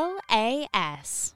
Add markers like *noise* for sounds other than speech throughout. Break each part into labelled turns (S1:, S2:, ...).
S1: LAS.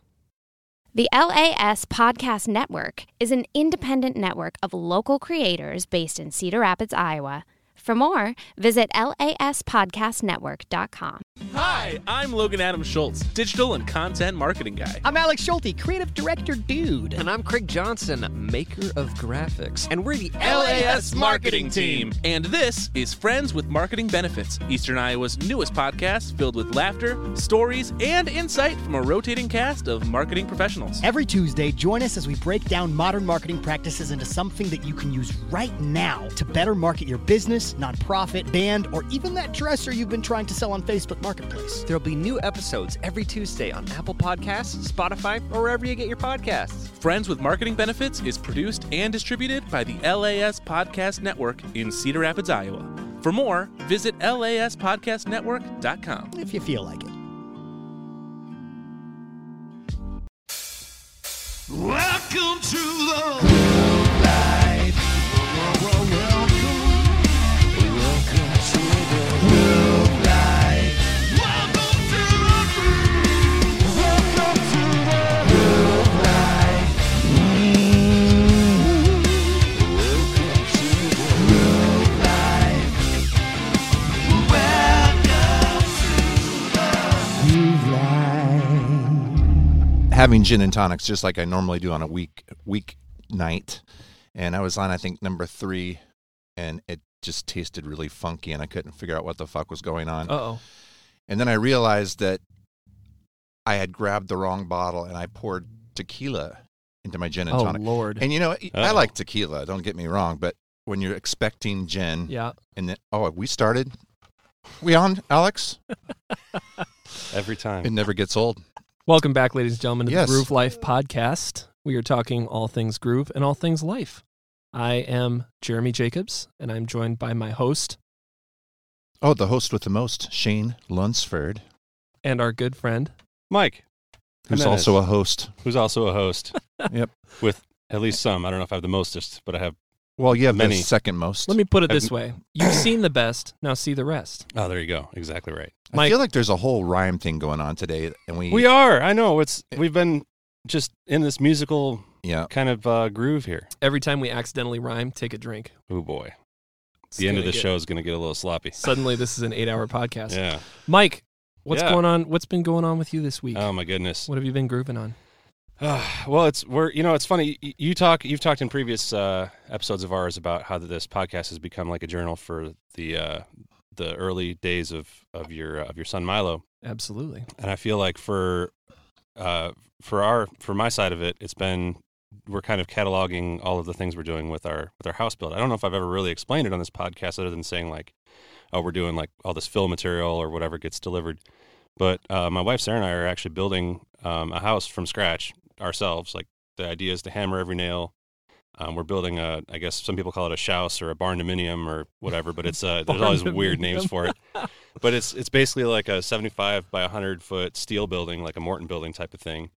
S1: The LAS Podcast Network is an independent network of local creators based in Cedar Rapids, Iowa. For more, visit laspodcastnetwork.com.
S2: Hi, I'm Logan Adam Schultz, digital and content marketing guy.
S3: I'm Alex Schulte, creative director dude.
S4: And I'm Craig Johnson, maker of graphics. And we're the
S2: LAS marketing team. And this is Friends with Marketing Benefits, Eastern Iowa's newest podcast filled with laughter, stories, and insight from a rotating cast of marketing professionals.
S3: Every Tuesday, join us as we break down modern marketing practices into something that you can use right now to better market your business, nonprofit, band, or even that dresser you've been trying to sell on Facebook Marketplace.
S4: There'll be new episodes every Tuesday on Apple Podcasts, Spotify, or wherever you get your podcasts.
S2: Friends with Marketing Benefits is produced and distributed by the LAS Podcast Network in Cedar Rapids, Iowa. For more, visit laspodcastnetwork.com.
S3: If you feel like it.
S5: Welcome to the life. Welcome, welcome to the life. Welcome to the welcome to the life. Welcome to the life. Welcome to the life.
S6: having gin and tonics just like I normally do on a week week night. And I was on I think number three, and it just tasted really funky, and I couldn't figure out what the fuck was going on.
S4: Uh-oh.
S6: And then I realized that I had grabbed the wrong bottle, and I poured tequila into my gin and
S7: Oh
S6: tonic.
S7: Lord.
S6: And you know, I like tequila. Don't get me wrong, but when you're expecting gin,
S7: yeah.
S6: and then oh, we started. We on Alex?
S8: Every
S6: It
S8: time.
S6: never gets old.
S7: Welcome back, ladies and gentlemen, to
S6: Yes.
S7: the Groove Life podcast. We are talking all things groove and all things life. I am Jeremy Jacobs, and I'm joined by my host
S6: Oh, the host with the most, Shane Lunsford,
S7: and our good friend.
S8: Mike,
S6: who's
S8: Jimenez.
S6: also a
S8: *laughs*
S6: host.
S8: who's also a host.
S6: Yep.
S8: With at least some. I don't know if I have the mostest, but I have.
S6: Well, you have
S8: Many.
S6: the second most.
S7: Let me put it
S8: I've-
S7: this way: You've seen the best, now see the rest.
S8: Oh, there you go. Exactly right.
S6: I
S7: Mike-
S6: feel like there's a whole rhyme thing going on today, and we,
S8: We are. I know. It's we've been just in this musical
S6: yeah.
S8: kind of uh, groove here.
S7: Every time we accidentally rhyme, take a drink.
S8: Oh boy,
S7: It's
S8: the end of
S7: gonna
S8: the
S7: get-
S8: show is going to get a little sloppy.
S7: Suddenly, this is an eight-hour podcast.
S8: Yeah.
S7: Mike, what's
S8: Yeah.
S7: going on? What's been going on with you this week?
S8: Oh my goodness.
S7: what have you been grooving on?
S8: Ah, *sighs* well, it's we're you know it's funny. You, you talk you've talked in previous uh, episodes of ours about how that this podcast has become like a journal for the uh, the early days of of your uh, of your son Milo. *laughs*
S7: Absolutely.
S8: and I feel like for uh, for our for my side of it, it's been we're kind of cataloging all of the things we're doing with our with our house build. I don't know if I've ever really explained it on this podcast, other than saying like, oh, we're doing like all this fill material or whatever gets delivered. But uh, my wife Sarah and I are actually building um, a house from scratch ourselves. Like the idea is to hammer every nail. Um, we're building a, I guess some people call it a shouse or a barn dominium or whatever, but it's uh, there's all these weird names
S7: Barn-dominium.
S8: for it. But it's it's basically like a 75 by 100 foot steel building, like a Morton building type of thing.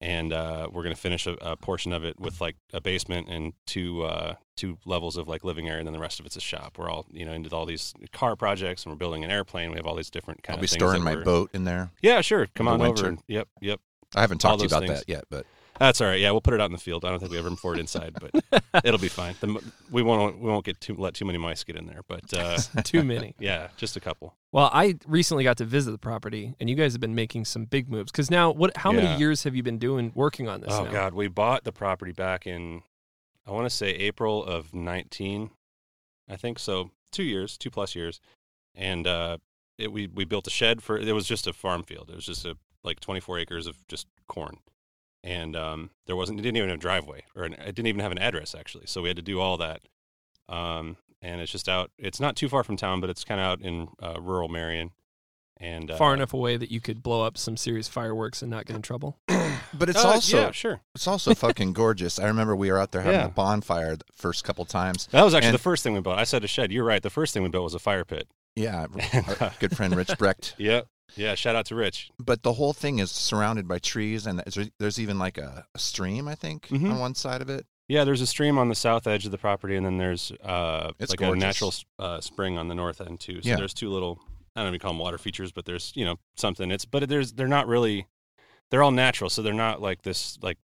S8: And uh, we're gonna finish a, a portion of it with like a basement and two uh, two levels of like living area, and then the rest of it's a shop. We're all you know into all these car projects, and we're building an airplane. We have all these different kind
S6: I'll
S8: of
S6: be
S8: things
S6: storing
S8: that
S6: my
S8: we're-
S6: boat in there.
S8: Yeah, sure. Come
S6: the
S8: on
S6: winter.
S8: over. and- Yep, yep.
S6: I haven't
S8: All
S6: talked to you
S8: those
S6: about
S8: things.
S6: that yet, but
S8: That's all right. Yeah, we'll put it out in the field. I don't think we ever import it inside,
S6: *laughs*
S8: but it'll be fine. The, m- we won't we won't get too let too many mice get in there, but
S6: *laughs*
S8: uh,
S7: Too many.
S8: yeah, just a couple.
S7: Well, I recently got to visit the property, and you guys have been making some big moves. Because now, what? How
S8: Yeah.
S7: many years have you been doing working on this?
S8: Oh
S7: now?
S8: God, we bought the property back in I want to say April of nineteen, I think so. Two years, two plus years, and uh, it, we we built a shed for. It was just a farm field. It was just a like twenty four acres of just corn, and um, there wasn't. It didn't even have a driveway, or an, it didn't even have an address actually. So we had to do all that. Um, and it's just out. It's not too far from town, but it's kind of out in uh, rural Marion. And uh,
S7: Far enough away that you could blow up some serious fireworks and not get in trouble.
S6: but Oh, it's
S8: uh,
S6: also
S8: yeah, sure.
S6: it's also fucking gorgeous. I remember we were out there having
S8: Yeah.
S6: a bonfire the first couple times.
S8: That was actually
S6: And-
S8: the first thing we built. I said a shed. You're right. The first thing we built was a fire pit.
S6: Yeah,
S8: *laughs*
S6: our good friend Rich Brecht.
S8: Yeah. Yeah. Shout out to Rich.
S6: But the whole thing is surrounded by trees, and there's- there's even like a, a stream, I think,
S8: Mhm.
S6: on one side of it.
S8: Yeah. There's a stream on the south edge of the property, and then there's uh,
S6: It's
S8: like
S6: gorgeous.
S8: a natural s- uh, spring on the north end too. So
S6: Yeah.
S8: there's two little I don't even call them water features, but there's you know something. It's but there's they're not really they're all natural, so they're not like this like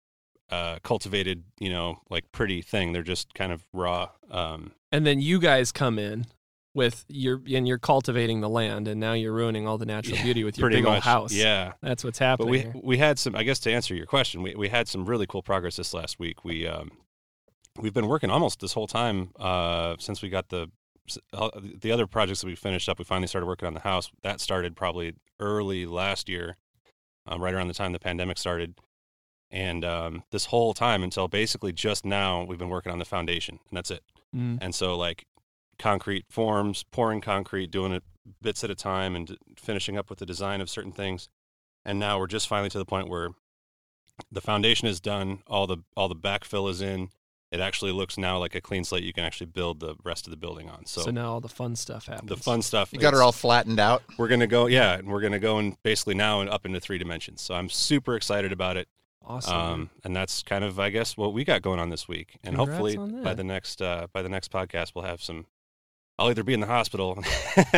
S8: uh, cultivated you know like pretty thing. They're just kind of raw. Um,
S7: and then you guys come in with your and you're cultivating the land, and now you're ruining all the natural
S8: Yeah,
S7: beauty with your
S8: pretty
S7: big
S8: much,
S7: old house.
S8: Yeah,
S7: that's what's happening. here.
S8: But we we had some. I guess to answer your question, we we had some really cool progress this last week. We um we've been working almost this whole time uh since we got the s- all- the other projects that we finished up. We finally started working on the house. That started probably early last year, um, right around the time the pandemic started. And um, this whole time until basically just now, we've been working on the foundation, and that's it.
S7: Mm.
S8: And so like concrete forms, pouring concrete, doing it bits at a time and d- finishing up with the design of certain things. And now we're just finally to the point where the foundation is done, all the all the backfill is in. It actually looks now like a clean slate you can actually build the rest of the building on. So,
S7: so, now all the fun stuff happens.
S8: the fun stuff
S6: You got
S8: it's-
S6: her all flattened out.
S8: we're going to go yeah, and we're going to go and basically now and up into three dimensions. So I'm super excited about it.
S7: awesome.
S8: Um, and that's kind of, I guess, what we got going on this week. And
S7: Congrats
S8: hopefully
S7: on
S8: by
S7: that.
S8: the next uh, by the next podcast, we'll have some. I'll either be in the hospital *laughs*
S7: *laughs*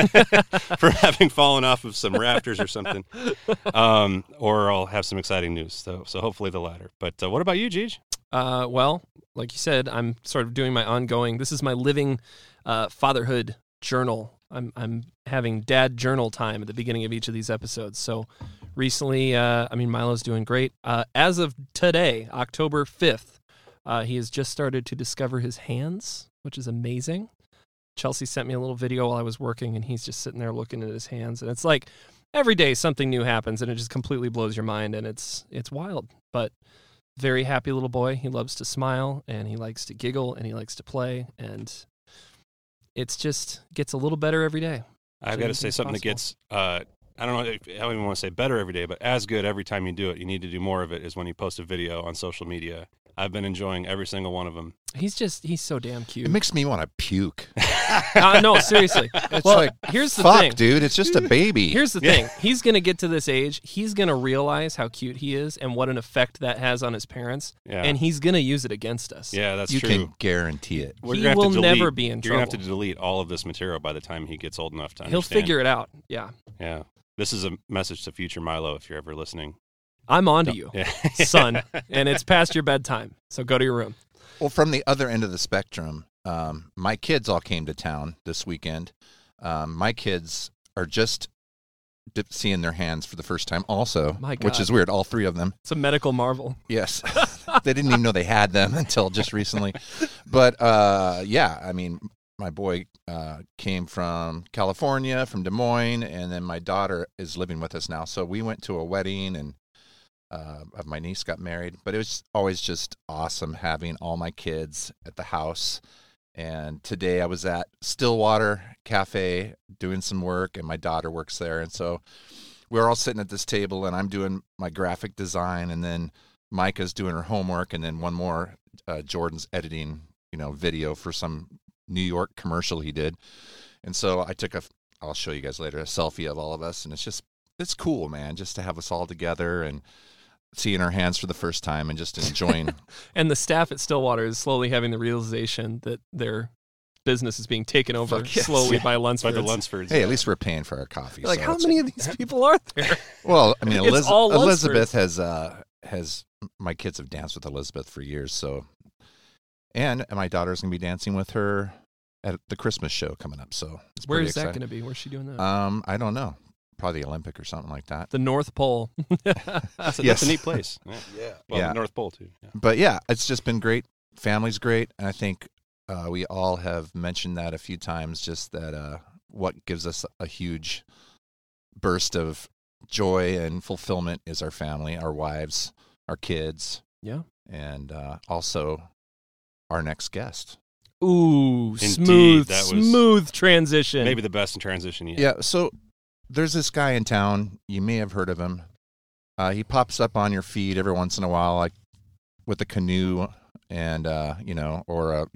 S8: from having fallen off of some rafters or something,
S7: *laughs*
S8: um, or I'll have some exciting news. So, so hopefully the latter. But uh, what about you, Jeej?
S7: Uh, well, like you said, I'm sort of doing my ongoing. This is my living uh, fatherhood journal. I'm I'm having dad journal time at the beginning of each of these episodes. So recently, uh, I mean, Milo's doing great. Uh, as of today, October fifth, uh, he has just started to discover his hands, which is amazing. Chelsea sent me a little video while I was working, and he's just sitting there looking at his hands, and it's like every day something new happens, and it just completely blows your mind, and it's it's wild, but very happy little boy. He loves to smile and he likes to giggle and he likes to play and it's just gets a little better every day.
S8: I've
S7: So
S8: got to
S7: anything's
S8: say something that
S7: possible.
S8: gets. Uh, I don't know. If, I don't even want to say better every day, but as good every time you do it. You need to do more of it. Is when you post a video on social media. I've been enjoying every single one of them.
S7: He's just he's so damn
S6: It
S7: cute.
S8: *laughs*
S6: makes me want to puke.
S7: Uh, no, seriously.
S6: It's
S7: well,
S6: like,
S7: here's the
S6: fuck,
S7: thing.
S6: dude. It's
S8: *laughs*
S6: just a baby.
S7: Here's the
S8: Yeah.
S7: thing. He's going to get to this age, he's going to realize how cute he is and what an effect that has on his parents
S8: Yeah,
S7: and he's going to use it against us.
S8: yeah, that's
S6: you
S8: true.
S6: can guarantee it.
S8: We're
S7: He
S8: gonna have
S7: will
S8: to delete,
S7: never be in
S8: You're gonna have to
S7: trouble.
S8: delete all of this material by the time he gets old enough to.
S7: He'll
S8: understand.
S7: figure it out. Yeah.
S8: Yeah, this is a message to future Milo if you're ever listening.
S7: I'm on to
S8: Don't-
S7: you,
S8: Yeah. *laughs*
S7: son, and it's past your bedtime. So go to your room.
S6: Well, from the other end of the spectrum, um, my kids all came to town this weekend. Um, my kids are just dip- seeing their hands for the first time, also,
S7: My
S6: which
S7: God.
S6: is weird. All three of them.
S7: It's a medical marvel.
S6: Yes. *laughs* they didn't even know they had them *laughs* until just recently. But uh, yeah, I mean, my boy uh, came from California, from Des Moines, and then my daughter is living with us now. So we went to a wedding and uh, of my niece got married, but it was always just awesome having all my kids at the house. And today I was at Stillwater Cafe doing some work, and my daughter works there. And so we're all sitting at this table, and I'm doing my graphic design, and then Micah's doing her homework, and then one more, uh, Jordan's editing, you know, video for some New York commercial he did. And so I took a, I'll show you guys later, a selfie of all of us, and it's just, it's cool, man, just to have us all together and seeing our hands for the first time and just enjoying.
S7: *laughs* And the staff at Stillwater is slowly having the realization that their business is being taken over
S6: Fuck yes.
S7: slowly
S8: Yeah.
S7: by Lunsford.
S8: by the Lunsfords.
S6: hey, at least we're paying for our coffee.
S7: Like,
S6: so
S7: how
S6: it's-
S7: many of these people are there?
S6: Well, I mean,
S7: It's
S6: Eliz-
S7: all Lunsford.
S6: Elizabeth has uh, has my kids have danced with Elizabeth for years, so and my daughter's gonna be dancing with her at the Christmas show coming up. So it's
S7: Where
S6: pretty
S7: is that
S6: exciting.
S7: going to be? Where's she doing
S8: Uh,
S7: that?
S6: Um, I don't know, probably the Olympic or something like that.
S7: the North
S8: *laughs*
S7: Pole.
S8: uh, That's a,
S6: Yes.
S8: that's a neat
S6: *laughs*
S8: place. Yeah. Well,
S6: Yeah.
S8: North Pole too. Yeah.
S6: But yeah, it's just been great. Family's great, and I think uh, we all have mentioned that a few times. Just that uh, what gives us a huge burst of joy and fulfillment is our family, our wives, our kids.
S7: Yeah.
S6: and uh, also our next guest.
S7: Ooh,
S8: Indeed,
S7: smooth,
S8: that was-
S7: smooth transition.
S8: Maybe the best in transition yet.
S6: Yeah. so there's this guy in town. You may have heard of him. Uh, he pops up on your feed every once in a while, like with a canoe and uh, you know, or a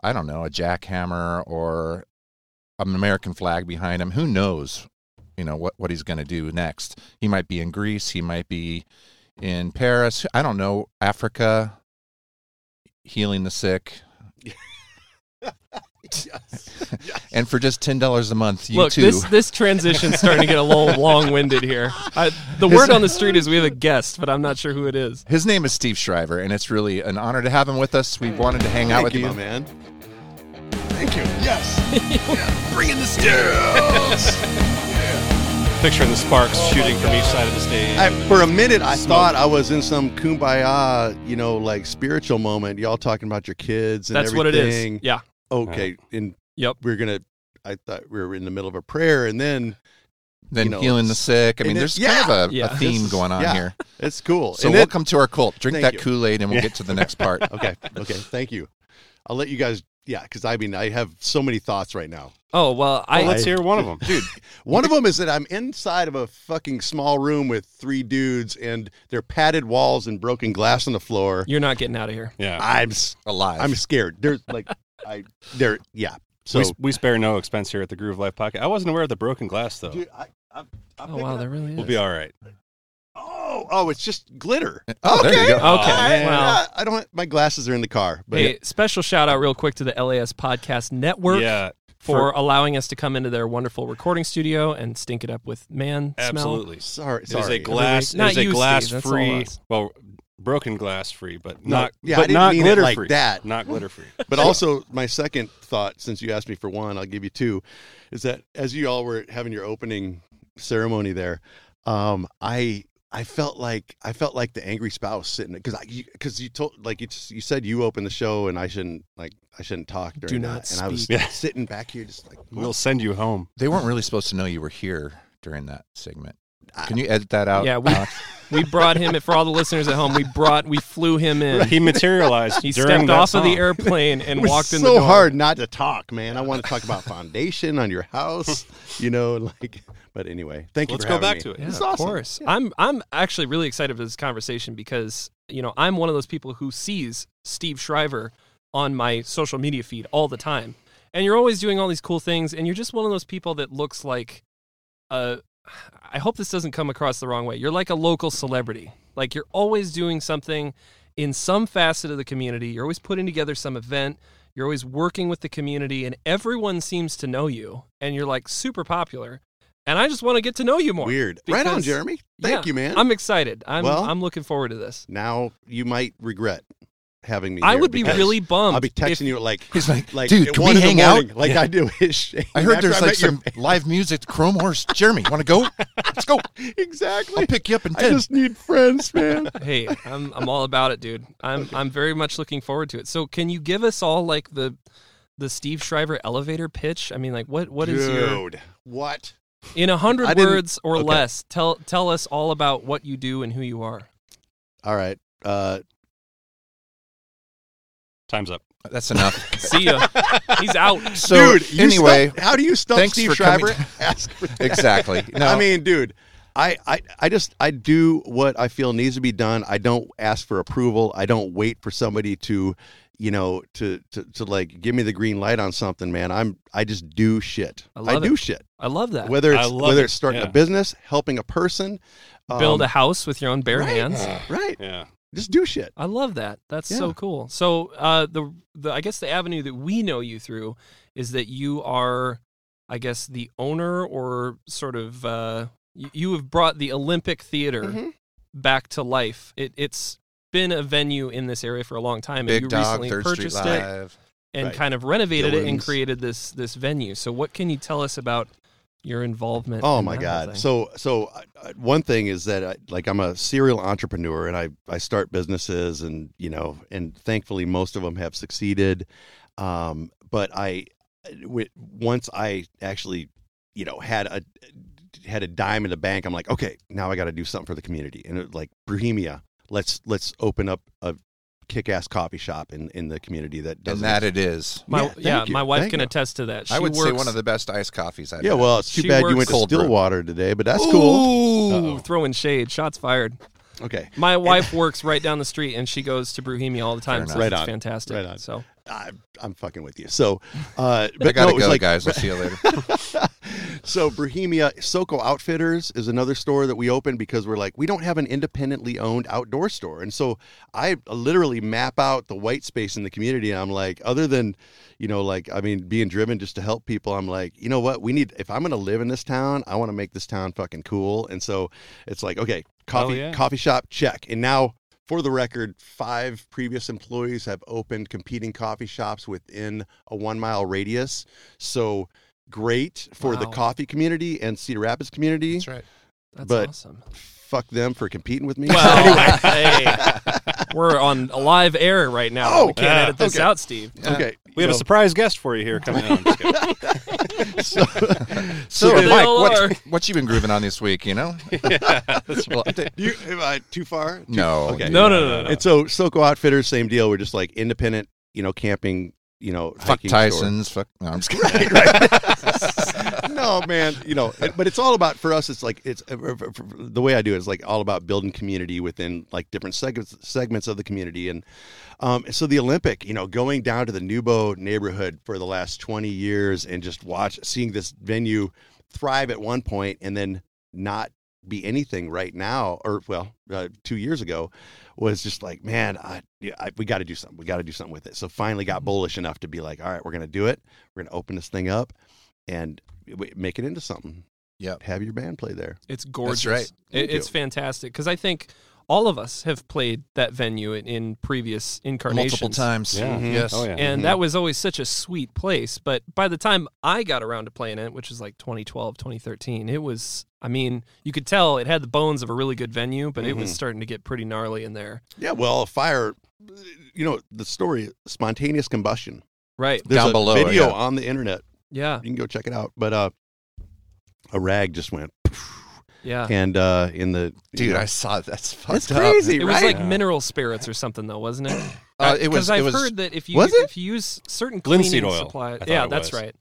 S6: I don't know, a jackhammer or an American flag behind him. Who knows? You know what what he's going to do next. He might be in Greece. He might be in Paris. I don't know.
S7: *laughs*
S6: Africa, healing the sick. *laughs* And for just ten dollars a month, you
S7: Look,
S6: too.
S7: this this transition's starting to get a
S8: *laughs*
S7: little long winded here. I, the word on the street is we have a guest, but I'm not sure who it is.
S6: His name is Steve Shriver, and it's really an honor to have him with us. We wanted to hang out
S5: Thank
S6: with
S5: you,
S6: you.
S5: my man. Thank you. Yes. yeah. Bring in the stills.
S8: Picturing the sparks
S6: Oh,
S8: shooting from each side of the stage.
S5: I, for a minute, I thought I was in some kumbaya, you know, like spiritual moment. Y'all talking about your kids and
S7: That's what it
S5: everything.
S7: is. Yeah.
S5: Okay. And
S7: Yep.
S5: we're gonna. I thought we were in the middle of a prayer, and then
S6: Then
S5: you know,
S6: healing the sick. I
S5: and
S6: mean,
S5: it-
S6: there's kind
S5: yeah.
S6: of a,
S7: Yeah.
S6: a theme
S5: This-
S6: going on
S5: yeah.
S6: here.
S5: it's cool.
S6: So
S5: and then-
S6: welcome to our cult. Drink
S5: Thank
S6: that
S5: you.
S6: Kool Aid, and we'll get to the next part.
S5: *laughs* Okay. Okay. Thank you. I'll let you guys. Yeah, because I mean, I have so many thoughts right now.
S7: Oh well, I
S8: Well, let's hear one of them.
S5: *laughs* dude. One of them is that I'm inside of a fucking small room with three dudes, and they're padded walls and broken glass on the floor.
S7: you're not getting out of here.
S8: Yeah.
S5: I'm s-
S6: Alive.
S5: I'm scared. There's like I there yeah. So
S8: we, we spare no expense here at the Groove Life Podcast. I wasn't aware of the broken glass though.
S5: dude, I, I, I'm
S7: Oh
S5: picking
S7: wow,
S5: up-
S7: there really is.
S8: we'll be all right.
S5: oh oh, it's just glitter.
S6: oh, there you go.
S7: Okay.
S5: I,
S7: well,
S5: I, I don't. My glasses are in the car, but
S7: hey, special shout out real quick to the LAS Podcast Network
S8: Yeah,
S7: for allowing us to come into their wonderful recording studio and stink it up with man smell.
S8: absolutely.
S5: sorry,
S8: It is
S5: sorry.
S8: a glass.
S7: Not
S8: it is a
S7: you, Steve,
S8: glass
S7: that's all
S8: free.
S7: us.
S8: Well, broken glass free, but
S5: No,
S8: not.
S5: yeah, I
S8: but
S5: didn't
S8: not
S5: mean it
S8: glitter
S5: like
S8: free.
S5: that.
S8: Not
S7: *laughs*
S8: glitter free.
S5: But also, my second thought, since you asked me for one, I'll give you two, is that as you all were having your opening ceremony there, um, I I felt like I felt like the angry spouse sitting because I because you, told like you just, you said you opened the show and I shouldn't like I shouldn't talk during
S7: Do
S5: that,
S7: not
S5: and I was
S8: speak. Yeah.
S5: *laughs* sitting back here just like
S8: We'll send you home.
S6: They weren't really supposed to know you were here during that segment.
S5: I-
S6: Can you edit that out? Uh,
S7: Yeah, we-
S6: Alex?
S7: We brought him. For all the listeners at home, we brought we flew him in.
S8: *laughs* He
S7: *laughs*
S8: materialized.
S7: He
S8: during
S7: stepped
S8: that
S7: off of
S8: song.
S7: the
S5: *laughs*
S7: airplane
S5: it
S7: and
S5: was
S7: walked in the
S5: so
S7: door.
S5: hard not to talk, man. I want to talk
S7: *laughs*
S5: about foundation on your house, you know, and like. But anyway, thank you.
S8: Let's
S5: for
S8: go
S5: having
S8: back
S5: me.
S8: to it.
S7: Yeah,
S5: It's
S7: of
S5: awesome.
S7: course. I'm I'm actually really excited for this conversation because you know I'm one of those people who sees Steve Shriver on my social media feed all the time, and you're always doing all these cool things, and you're just one of those people that looks like, uh, I hope this doesn't come across the wrong way. You're like a local celebrity. Like you're always doing something in some facet of the community. You're always putting together some event. You're always working with the community, and everyone seems to know you, and you're like super popular. And I just want to get to know you more.
S5: Weird. Right on,
S7: because-
S5: Jeremy. Thank
S7: Yeah,
S5: you, man.
S7: I'm excited. I'm
S5: Well-
S7: I'm looking forward to this.
S5: now you might regret having me.
S7: I
S5: here
S7: would be
S5: because
S7: really bummed.
S5: I'll be texting
S7: if,
S5: you at like,
S6: He's like,
S5: *laughs* like
S6: dude,
S5: at
S6: can
S5: one
S6: we
S5: in
S6: hang
S5: the
S6: out?
S5: morning, Like I do. Ish.
S6: I heard
S5: After
S6: there's like
S5: met your
S6: some
S5: *laughs*
S6: live music, Chrome Horse. Jeremy, want to go? Let's go.
S5: fa-
S6: I'll
S5: *laughs* exactly.
S6: pick you up in
S5: I
S6: 10.
S5: just need friends, man.
S7: Hey, I'm I'm all about it, dude. I'm I'm very much looking forward to it. So can you give us all like the the Steve Shriver elevator pitch? I mean, like what *laughs* what is your
S5: Dude, what?
S7: in a
S5: I
S7: hundred
S5: didn't-
S7: words or
S5: okay.
S7: less? Tell tell us all about what you do and who you are.
S5: All right. Uh,
S8: Time's up.
S6: That's
S5: *laughs*
S6: enough.
S7: See ya. He's out.
S6: So,
S5: dude. you
S6: anyway,
S5: stump- how do you stump
S6: thanks
S5: Steve
S6: for coming-
S5: Shriver? *laughs* Ask for that.
S6: exactly. No,
S5: *laughs* I mean, dude, I, I, I just I do what I feel needs to be done. I don't ask for approval. I don't wait for somebody to, you know, to to, to like give me the green light on something, man. I'm I just do shit.
S7: I love
S5: do
S7: it.
S5: shit.
S7: I love that.
S5: Whether
S8: I
S5: it's
S8: love
S5: whether
S8: it.
S5: it's starting
S8: Yeah.
S5: a business, helping a person, um,
S7: Build a house with your own bare
S5: right.
S7: hands.
S5: right.
S8: Yeah.
S5: Just do shit.
S7: I love that. That's so
S5: Yeah.
S7: cool. So uh, the the I guess the avenue that we know you through is that you are, I guess, the owner or sort of uh, you, you have brought the Olympic Theater
S5: Mhm.
S7: back to life. It, it's been a venue in this area for a long time, and
S6: Big
S7: you
S6: Dog,
S7: recently
S6: Third Street
S7: purchased it
S6: Live.
S7: and
S5: Right.
S7: kind of renovated it and
S5: Gillen's.
S7: created this this venue. So what can you tell us about your *laughs* involvement?
S5: Oh
S7: in
S5: my
S7: that whole
S5: god!
S7: thing?
S5: So so uh, uh, one thing is that I, like I'm a serial entrepreneur, and I I start businesses, and you know, and thankfully most of them have succeeded. Um, but I, uh, wi- once I actually, you know, had a had a dime in the bank, I'm like, okay, now I got to do something for the community, and it, like Bohemia, let's let's open up a kick-ass coffee shop in in the community that doesn't.
S6: And that it is.
S7: my,
S5: yeah,
S7: yeah,
S5: thank you.
S7: my wife
S5: Thank
S7: can
S5: you.
S7: attest to that. She
S6: I would
S7: works,
S6: say one of the best iced coffees I've
S5: yeah,
S6: had.
S5: well, it's too
S7: She
S5: bad you
S7: works-
S5: went to
S6: Cold brew.
S5: Stillwater today, but that's cool.
S7: Ooh, throwing shade. Shots fired.
S5: Okay,
S7: My wife works right down the street, and she goes to Bohemia all the
S6: Fair
S7: time. So
S5: enough.
S7: it's
S5: Right on.
S7: fantastic.
S5: Right on.
S7: So
S5: I, I'm fucking with you. So, uh, but
S6: I gotta
S5: no, it was
S6: go,
S5: like, *laughs*
S6: guys. I'll see you later.
S5: so Bohemia Soko Outfitters is another store that we opened because we're like we don't have an independently owned outdoor store, and so I literally map out the white space in the community. And I'm like, other than, you know, like I mean, being driven just to help people, I'm like, you know what? We need if I'm gonna live in this town, I want to make this town fucking cool. And so it's like, okay, coffee
S8: yeah.
S5: coffee shop check, and now. For the record, five previous employees have opened competing coffee shops within a one mile radius. So great for the
S7: Wow.
S5: coffee community and Cedar Rapids community.
S7: That's right. That's
S5: But-
S7: awesome.
S5: Fuck them for competing with me. *laughs*
S7: Well, hey, we're on a live air right now.
S5: Oh,
S7: we can't
S8: yeah,
S7: edit this
S5: okay.
S7: out, Steve.
S5: okay.
S8: We have a
S5: So-
S8: surprise guest for you here
S5: *laughs*
S8: coming on.
S7: *laughs*
S5: so, *laughs*
S6: So,
S7: Sure, they
S6: Mike,
S7: all are.
S6: what, what you been grooving on this week? You
S5: *laughs*
S6: know? Well, I think-
S5: you, am I too far? Too-
S6: no.
S5: Okay.
S7: No, no, no, no.
S5: And so Soko Outfitters, same deal. We're just like independent, you know, camping, you know,
S6: Fuck
S5: hiking store.
S6: Tyson's. Fuck. No, I'm just kidding.
S5: no, man, you know, it- but it's all about for us. It's like it's uh, for- for- the way I do it is like all about building community within like different segments segments of the community, and um, so the Olympic, you know, going down to the Nubo neighborhood for the last twenty years and just watch seeing this venue thrive at one point and then not be anything right now or well uh, two years ago was just like man I, yeah, I we got to do something we got to do something with it so finally got bullish enough to be like all right we're gonna do it we're gonna open this thing up and w- make it into something.
S6: Yep.
S5: Have your band play there.
S7: It's gorgeous.
S6: right.
S7: It,
S5: Thank
S7: it's fantastic because I think all of us have played that venue in, in previous incarnations.
S6: Multiple times.
S7: Mm-hmm.
S8: Yeah.
S6: Yes.
S8: Oh, yeah.
S7: And
S5: Mhm.
S7: that was always such a sweet place. But by the time I got around to playing it, which was like 2012, 2013, it was, I mean, you could tell it had the bones of a really good venue, but it was
S8: Mm-hmm.
S5: Mhm.
S7: starting to get pretty gnarly in there.
S5: Yeah, well, a fire. You know the story, spontaneous combustion.
S7: Right.
S5: There's
S6: Down
S5: a
S6: below,
S5: video
S6: yeah.
S5: on the internet.
S7: Yeah.
S5: You can go check it out. But uh, a rag just went,
S7: Yeah.
S5: and uh, in the
S6: Dude,
S5: you know,
S6: I saw that's fucked
S5: that's
S6: up.
S5: crazy,
S7: It was
S5: right?
S7: like mineral spirits or something, though, wasn't it?
S6: Uh, it was.
S7: Because I've
S6: it was.
S7: heard that if you
S5: Was it?
S7: if you use certain
S8: Linseed
S7: cleaning
S8: oil, I
S7: supplies,
S8: thought
S7: yeah,
S8: it
S7: that's
S8: was.
S7: right.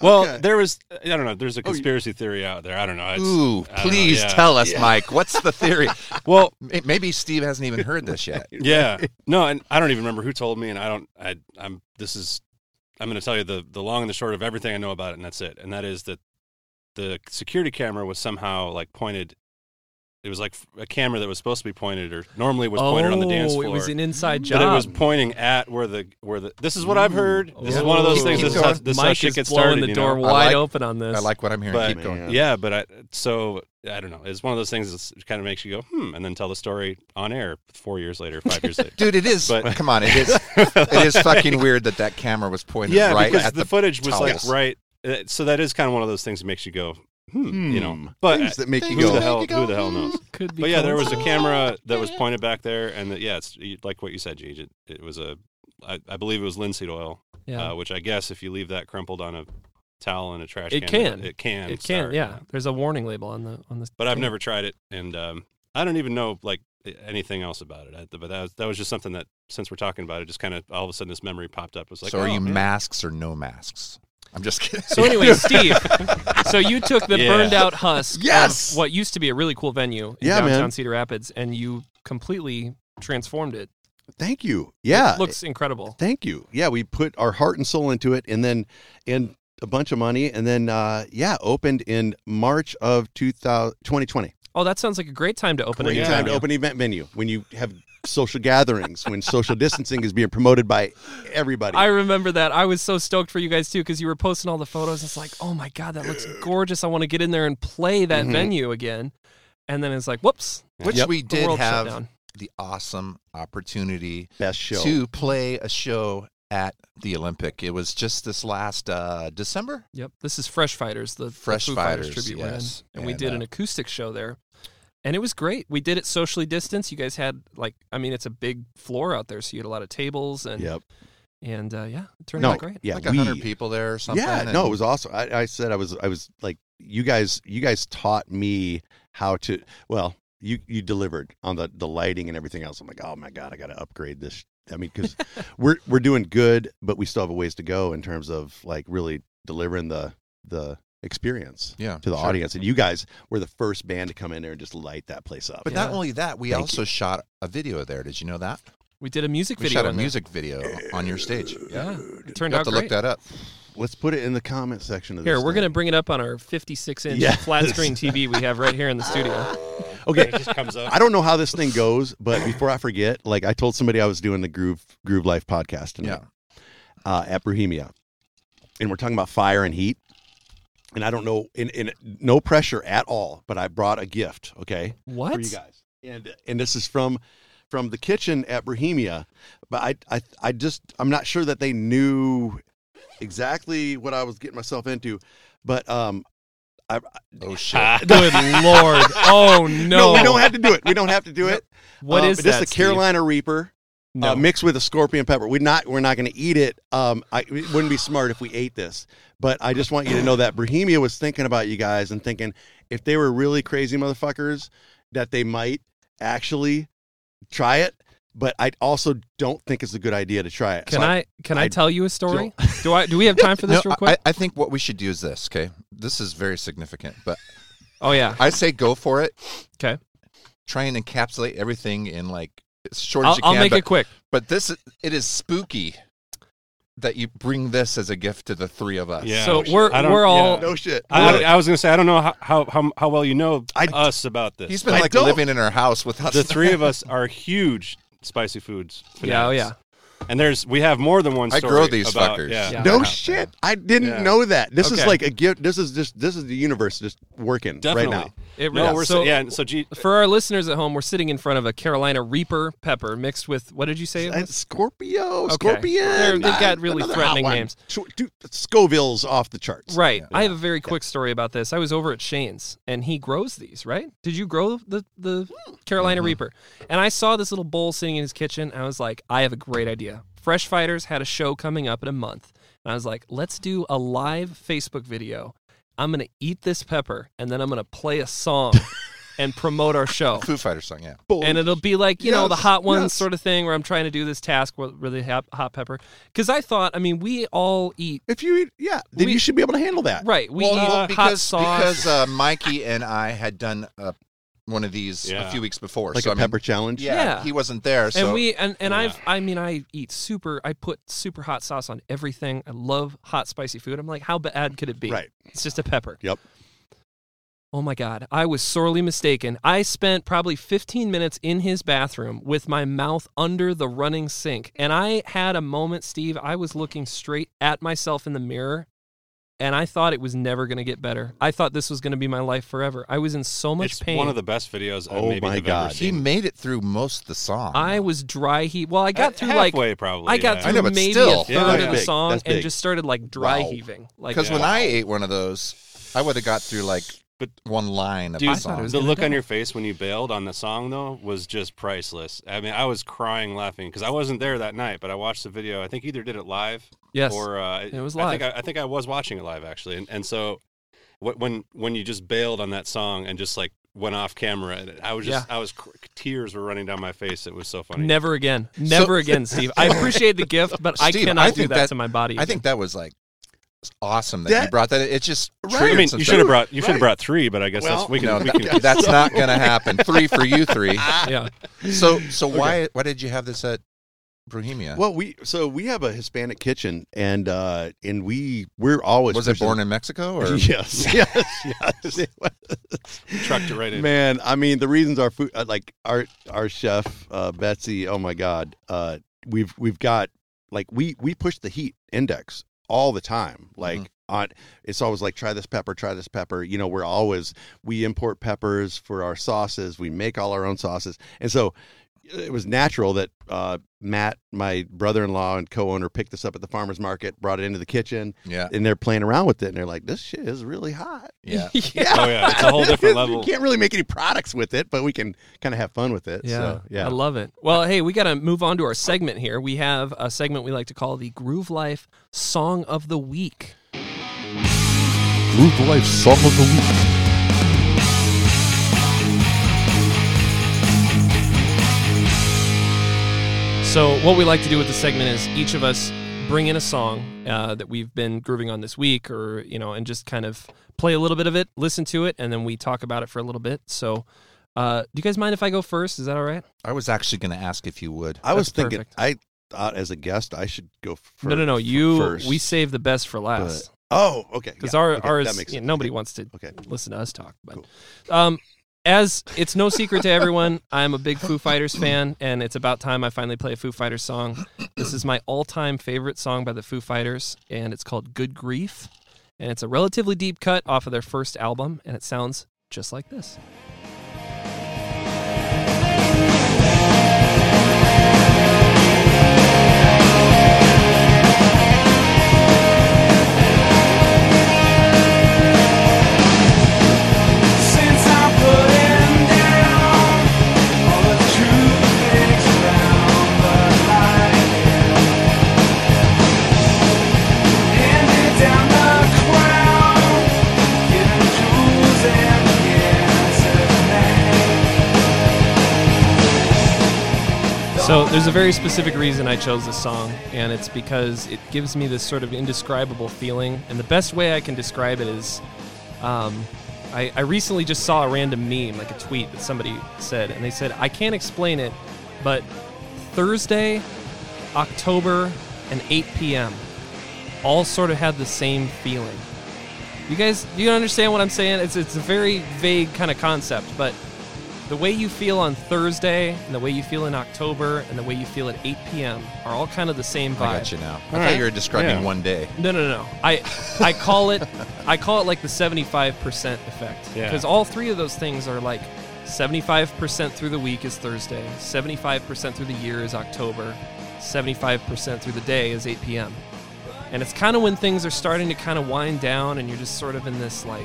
S8: Well,
S5: Okay.
S8: there was I don't know. There's a
S5: Oh, you-
S8: conspiracy theory out there. I don't know. It's,
S6: Ooh,
S8: I don't know,
S6: please
S8: yeah.
S6: tell us,
S5: Yeah.
S6: Mike. What's the
S8: *laughs*
S6: theory?
S8: Well,
S6: May- Maybe Steve hasn't even heard this
S8: *laughs*
S6: yet.
S8: yeah, no, and I don't even remember who told me, and I don't. I, I'm. This is. I'm going to tell you the the long and the short of everything I know about it, and that's it. And that is that the security camera was somehow like pointed. It was like a camera that was supposed to be pointed, or normally was pointed on the dance
S7: Oh,
S8: floor.
S7: it was an inside job.
S8: but it was pointing at where the where the. This is what I've heard. This is
S7: Oh.
S8: one of those things.
S6: Keep
S8: This is how,
S6: going.
S8: this is how
S7: Mike
S8: shit
S7: is
S8: gets
S7: blowing
S8: started.
S7: the
S8: you know?
S7: door
S6: I
S7: wide
S6: like-
S7: open on this.
S6: I like what I'm hearing.
S8: But-
S6: Keep going.
S5: Man.
S8: Yeah, but I, so I don't know. It's one of those things that kind of makes you go, hmm, and then tell the story on air four years later, five years later.
S6: Dude, it is.
S8: But-
S6: come
S8: *laughs*
S6: on, it is. It is fucking weird that that camera was pointed
S8: yeah,
S6: right
S8: because
S6: at
S8: the,
S6: the.
S8: footage was like
S6: towels.
S8: right. uh, So that is kind of one of those things that makes you go, hmm,
S5: Hmm.
S8: you know. But
S5: Things that make
S8: who
S5: you
S6: Things
S8: the
S5: go.
S6: that-
S8: hell,
S6: make you
S8: who
S6: go, hmm,
S8: the hell knows?
S7: Could be
S8: But yeah, there was a
S7: coincidence.
S8: camera that was pointed back there, and that, yeah, it's you- like what you said, Gigi. It, it was a, I, I believe it was linseed oil,
S7: Yeah.
S8: uh, which I guess if you leave that crumpled on a towel in a trash
S7: It
S8: can,
S7: can.
S8: it can,
S7: it can.
S8: start,
S7: Yeah. There's a warning label on the on the.
S8: but I've
S7: thing.
S8: never tried it, and um, I don't even know like anything else about it. I, but that was, that was just something that since we're talking about it, just kind of all of a sudden this memory popped up. It was like,
S6: so are
S8: oh,
S6: you
S8: man.
S6: masks or no masks? I'm just kidding. *laughs*
S7: So anyway, Steve, so you took the
S8: Yeah.
S7: burned out husk
S5: Yes!
S7: of um, what used to be a really cool venue in
S5: Yeah, man.
S7: downtown Cedar Rapids, and you completely transformed it.
S5: Thank you. Yeah.
S7: It looks incredible.
S5: Thank you. Yeah, we put our heart and soul into it, and then and a bunch of money, and then uh, yeah, opened in March of 2000, 2020.
S7: Oh, that sounds like a great time to open
S5: Great
S7: a new
S5: time to
S7: venue.
S5: open an event venue when you have social gatherings, when social distancing is being promoted by everybody.
S7: I remember that. I was so stoked for you guys too because you were posting all the photos. It's like, oh my god, that looks gorgeous. I want to get in there and play that
S5: Mhm.
S7: venue again. And then it's like, whoops,
S6: Which
S5: Yep.
S6: we
S7: the
S6: did
S7: world shut
S6: have
S7: down.
S6: the awesome opportunity
S5: Best show.
S6: to play a show at the Olympic. It was just this last uh, December.
S7: Yep, this is Fresh Fighters, the the
S6: Fresh
S7: Foo
S6: Fighters,
S7: tribute band,
S6: yes.
S7: and, we
S6: And,
S7: did
S6: uh,
S7: an acoustic show there, and it was great. We did it socially distanced. You guys had like, I mean, it's a big floor out there, so you had a lot of tables and
S5: Yep.
S7: and uh, yeah, it turned
S5: No.
S7: out great.
S5: Yeah.
S6: like
S5: we-
S6: hundred people there or something.
S5: Yeah.
S6: and-
S5: No, it was awesome. I, I said I was. I was like, you guys. You guys taught me how to. Well, you you delivered on the the lighting and everything else. I'm like, oh my god, I got to upgrade this. I mean,
S6: *laughs*
S5: because we're we're doing good, but we still have a ways to go in terms of like really delivering the the experience
S6: yeah
S5: to the
S6: sure.
S5: audience. And you guys were the first band to come in there and just light that place up.
S6: But not only that, we
S5: Thank
S6: also shot a video there. Did you know that?
S7: We did a music
S6: We
S7: video.
S6: shot a
S7: on there.
S6: music video on your stage. Yeah.
S7: Yeah, it turned
S6: You have
S7: out
S6: to
S7: great.
S6: look that up.
S5: Let's put it in the comment section of
S7: Here,
S5: this
S7: we're
S5: thing.
S7: gonna bring it up on our 56 inch
S5: Yes.
S7: flat screen TV we have right here in the
S6: *laughs*
S7: studio.
S5: Okay.
S8: It just comes up.
S5: I don't know how this thing goes, but before I forget, like I told somebody I was doing the Groove Groove Life podcast tonight uh, at Bohemia, and we're talking about fire and heat, and I don't know, in, in no pressure at all, but I brought a gift, okay,
S7: What?
S5: for you guys, and and this is from from the kitchen at Bohemia, but I I I just I'm not sure that they knew exactly what I was getting myself into, but um. I,
S6: Oh shit.
S7: Good lord! Oh no!
S5: no, we don't have to do it. We don't have to do it.
S6: uh,
S7: What
S5: Um,
S7: is
S5: but
S7: that?
S5: This is a
S7: Steve?
S5: Carolina Reaper
S7: No.
S5: uh, mixed with a scorpion pepper. We're not we're not going to eat it. Um, I, it wouldn't be smart if we ate this. But I just want you to know that Bohemia was thinking about you guys and thinking if they were really crazy motherfuckers, that they might actually try it. But I also don't think it's a good idea to try it.
S7: Can
S5: So
S7: I can I,
S5: I
S7: tell you a story? Do I
S6: *laughs*
S7: do we have time for this
S6: No,
S7: real quick?
S6: I, I think what we should do is this. Okay, this is very significant, but
S7: oh yeah.
S6: I say go for it.
S7: 'Kay.
S6: Try and encapsulate everything in like as short
S7: I'll,
S6: as you
S7: I'll
S6: can.
S7: make
S6: but,
S7: it quick.
S6: but this is- it is spooky that you bring this as a gift to the three of us.
S8: *laughs* Yeah.
S7: so
S8: I
S7: we're
S8: don't-
S7: we're all
S5: No shit.
S8: I,
S5: Really.
S8: I was gonna say I don't know how how, how, how well you know
S5: I-
S8: us about this.
S6: He's been
S5: I
S6: like
S5: don't.
S6: living in our house with us.
S8: the three of us are huge spicy foods.
S7: yeah oh
S8: fanatics.
S7: yeah.
S8: And there's we have more than one.
S6: I
S8: story
S6: grow these
S8: about-
S6: fuckers.
S8: Yeah.
S7: Yeah.
S5: no shit. I didn't
S8: Yeah.
S5: know that. This is
S7: Okay.
S5: like a gift. This is just this is the universe just working
S8: Definitely.
S5: right now.
S7: It
S8: No,
S7: really-
S8: we're so,
S7: so
S8: yeah. and So G,
S7: for our listeners at home, we're sitting in front of a Carolina Reaper pepper mixed with what did you say? it
S5: Uh,
S7: was?
S5: Scorpio,
S7: Okay.
S5: Scorpion.
S7: They're- they've got
S5: Ah,
S7: really
S5: another
S7: threatening
S5: hot one.
S7: names.
S5: Sw- dude, Scoville's off the charts.
S7: Right. I have a very quick story about this. I was over at Shane's and he grows these, right? Did you grow the, the
S8: Mm-hmm.
S7: Carolina Reaper? And I saw this little bowl sitting in his kitchen. And I was like, I have a great idea. Fresh Fighters had a show coming up in a month. And I was like, let's do a live Facebook video. I'm going to eat this pepper and then I'm going to play a
S8: *laughs*
S7: song and promote our show.
S6: Foo Fighters song. Yeah.
S5: Boom.
S7: And it'll be like, you know, the
S5: Yes,
S7: hot ones
S5: yes.
S7: sort of thing where I'm trying to do this task with really hot, hot pepper. Because I thought, I mean, we all eat,
S5: if you eat, yeah, then
S7: We-
S5: you should be able to handle that.
S7: right? We eat hot
S6: because
S7: sauce.
S6: because uh, Mikey and I had done uh, one of these
S8: Yeah.
S6: a few weeks before.
S5: Like
S6: so
S5: a
S6: I mean,
S5: pepper challenge.
S6: Yeah,
S7: Yeah.
S6: He wasn't there. So
S7: and we and, and
S8: Yeah.
S7: I've I mean I eat super I put super hot sauce on everything. I love hot spicy food. I'm like, how bad could it be?
S5: Right.
S7: It's just a pepper.
S5: Yep.
S7: Oh my god, I was sorely mistaken. I spent probably 15 minutes in his bathroom with my mouth under the running sink, and I had a moment, Steve. I was looking straight at myself in the mirror. And I thought it was never going to get better. I thought this was going to be my life forever. I was in so much
S8: it's
S7: pain.
S8: one of the best videos. I
S5: Oh
S8: maybe
S5: my
S8: have
S5: God.
S8: Ever
S6: he
S8: seen.
S6: made it through most of the song.
S7: I was dry heat. Well, I got through like
S8: Uh, halfway probably.
S7: I got
S8: yeah.
S7: through
S6: I know, but
S7: maybe
S6: still.
S7: a third
S8: Yeah,
S7: of
S8: that's
S7: the
S5: big.
S7: song
S5: That's
S7: and
S5: big.
S7: just started like dry
S6: Wow.
S7: heaving. Like
S6: because
S8: Yeah.
S6: when I ate one of those, I would have got through like
S8: But-
S6: one line of
S8: Dude,
S6: the
S7: I thought it
S6: song.
S7: was
S8: the
S7: gonna
S8: look
S7: go.
S8: on your face when you bailed on the song though was just priceless. I mean, I was crying laughing because I wasn't there that night, but I watched the video. I think either did it live
S7: yes,
S8: or uh,
S7: It was
S8: I think
S7: live.
S8: I, I think I was watching it live actually, and and so wh- when when you just bailed on that song and just like went off camera, and I was just I was cr- tears were running down my face. It was so funny.
S7: never again, never
S6: *laughs*
S7: again, Steve. I appreciate the gift, but I
S6: Steve,
S7: cannot
S6: I
S7: do
S6: think
S7: that,
S6: that-
S7: to my body.
S6: I think that was like awesome that,
S5: That-
S6: you brought that. It just
S5: Right.
S8: I
S6: triggered
S8: mean,
S6: some
S8: you
S6: stuff.
S8: should have brought you should
S5: Right.
S8: have brought three, but I guess
S5: Well,
S8: that's, we can.
S6: No,
S8: we
S6: that-
S8: can *laughs*
S6: that's not going to happen. Three for you, three.
S7: yeah.
S6: So, so why why did you have this at Bohemia?
S5: Well, we so we have a Hispanic kitchen, and uh and we we're always
S6: was it
S5: pushing-
S6: born in Mexico or
S5: *laughs*
S8: *laughs*
S5: Yes, yes, yes. it was.
S8: trucked it right in.
S5: Man, I mean, the reasons our food, uh, like our our chef uh, Betsy, oh my God, uh, we've we've got like we we push the heat index all the time. Like
S8: Mm-hmm.
S5: on, it's always like try this pepper, try this pepper. You know, we're always we import peppers for our sauces. We make all our own sauces, and so it was natural that uh, Matt, my brother-in-law and co-owner, picked this up at the farmers market, brought it into the kitchen,
S6: yeah
S5: and they're playing around with it, and they're like, "This shit is really hot."
S6: yeah?
S7: *laughs* yeah.
S8: Oh yeah, it's
S6: *laughs*
S5: *laughs*
S8: a whole different level.
S5: We can't really make any products with it, but we can kind of have fun with it.
S7: Yeah,
S5: So, yeah.
S7: I love it. Well, hey, we got to move on to our segment here. We have a segment we like to call the Groove Life Song of the Week.
S6: Groove Life Song of the Week.
S7: So, what we like to do with the segment is each of us bring in a song uh, that we've been grooving on this week, or you know, and just kind of play a little bit of it, listen to it, and then we talk about it for a little bit. So, Uh, do you guys mind if I go first? Is that all right?
S6: I was actually going to ask if you would.
S5: I was
S7: That's
S5: thinking,
S7: perfect.
S5: I thought as a guest, I should go first.
S7: no, no, no. You
S5: first,
S7: we save the best for last
S5: Oh, okay.
S7: because
S5: yeah,
S7: our
S5: okay,
S7: ours
S5: that makes
S7: yeah,
S5: sense.
S7: nobody
S5: Okay,
S7: wants to
S5: Okay.
S7: listen to us talk. But
S5: Cool.
S7: um, as it's no secret to everyone, I'm a big Foo Fighters fan, and it's about time I finally play a Foo Fighters song. This is my all-time favorite song by the Foo Fighters, and it's called "Good Grief," and it's a relatively deep cut off of their first album, and it sounds just like this. So there's a very specific reason I chose this song, and it's because it gives me this sort of indescribable feeling. And the best way I can describe it is, um, I, I recently just saw a random meme, like a tweet that somebody said, and they said, "I can't explain it, but Thursday, October, and 8 p.m. all sort of had the same feeling." You guys, you understand what I'm saying? It's it's a very vague kind of concept, but the way you feel on Thursday and the way you feel in October and the way you feel at 8 p.m. are all kind of the same vibe.
S6: I got you now. I thought
S8: right.
S6: you were describing
S8: Yeah.
S6: one day.
S7: No, no, no. I I call it I call it like the 75% effect
S8: Yeah.
S7: because all three of those things are like 75% through the week is Thursday, 75% through the year is October, 75% through the day is 8 p.m. And it's kind of when things are starting to kind of wind down and you're just sort of in this like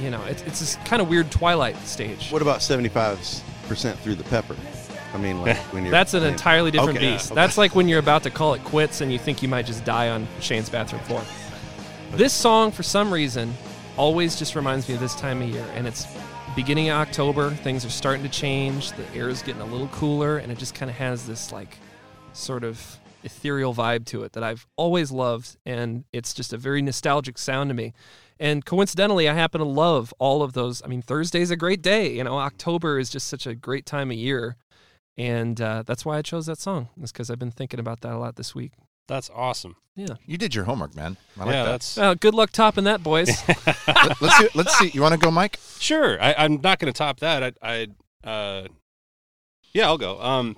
S7: you know, it's it's this kind of weird twilight stage.
S5: What about 75% through the pepper? I mean, like when you're.
S7: That's an
S5: playing-
S7: entirely different
S5: Okay, yeah,
S7: beast.
S5: okay.
S7: That's like when you're about to call it quits and you think you might just die on Shane's bathroom floor. This song, for some reason, always just reminds me of this time of year, and it's beginning of October. Things are starting to change. The air is getting a little cooler, and it just kind of has this like sort of ethereal vibe to it that I've always loved, and it's just a very nostalgic sound to me. And coincidentally, I happen to love all of those. I mean, Thursday's a great day. You know, October is just such a great time of year and uh, that's why I chose that song. Is because I've been thinking about that a lot this week.
S8: That's awesome.
S7: Yeah.
S6: You did your homework, man. I like
S8: yeah,
S6: that.
S8: that's
S7: Well, good luck topping that, boys.
S6: Let- let's see. Let's see. You want to go, Mike?
S8: Sure, I, I'm not going to top that. I, I, uh, yeah, I'll go. Um,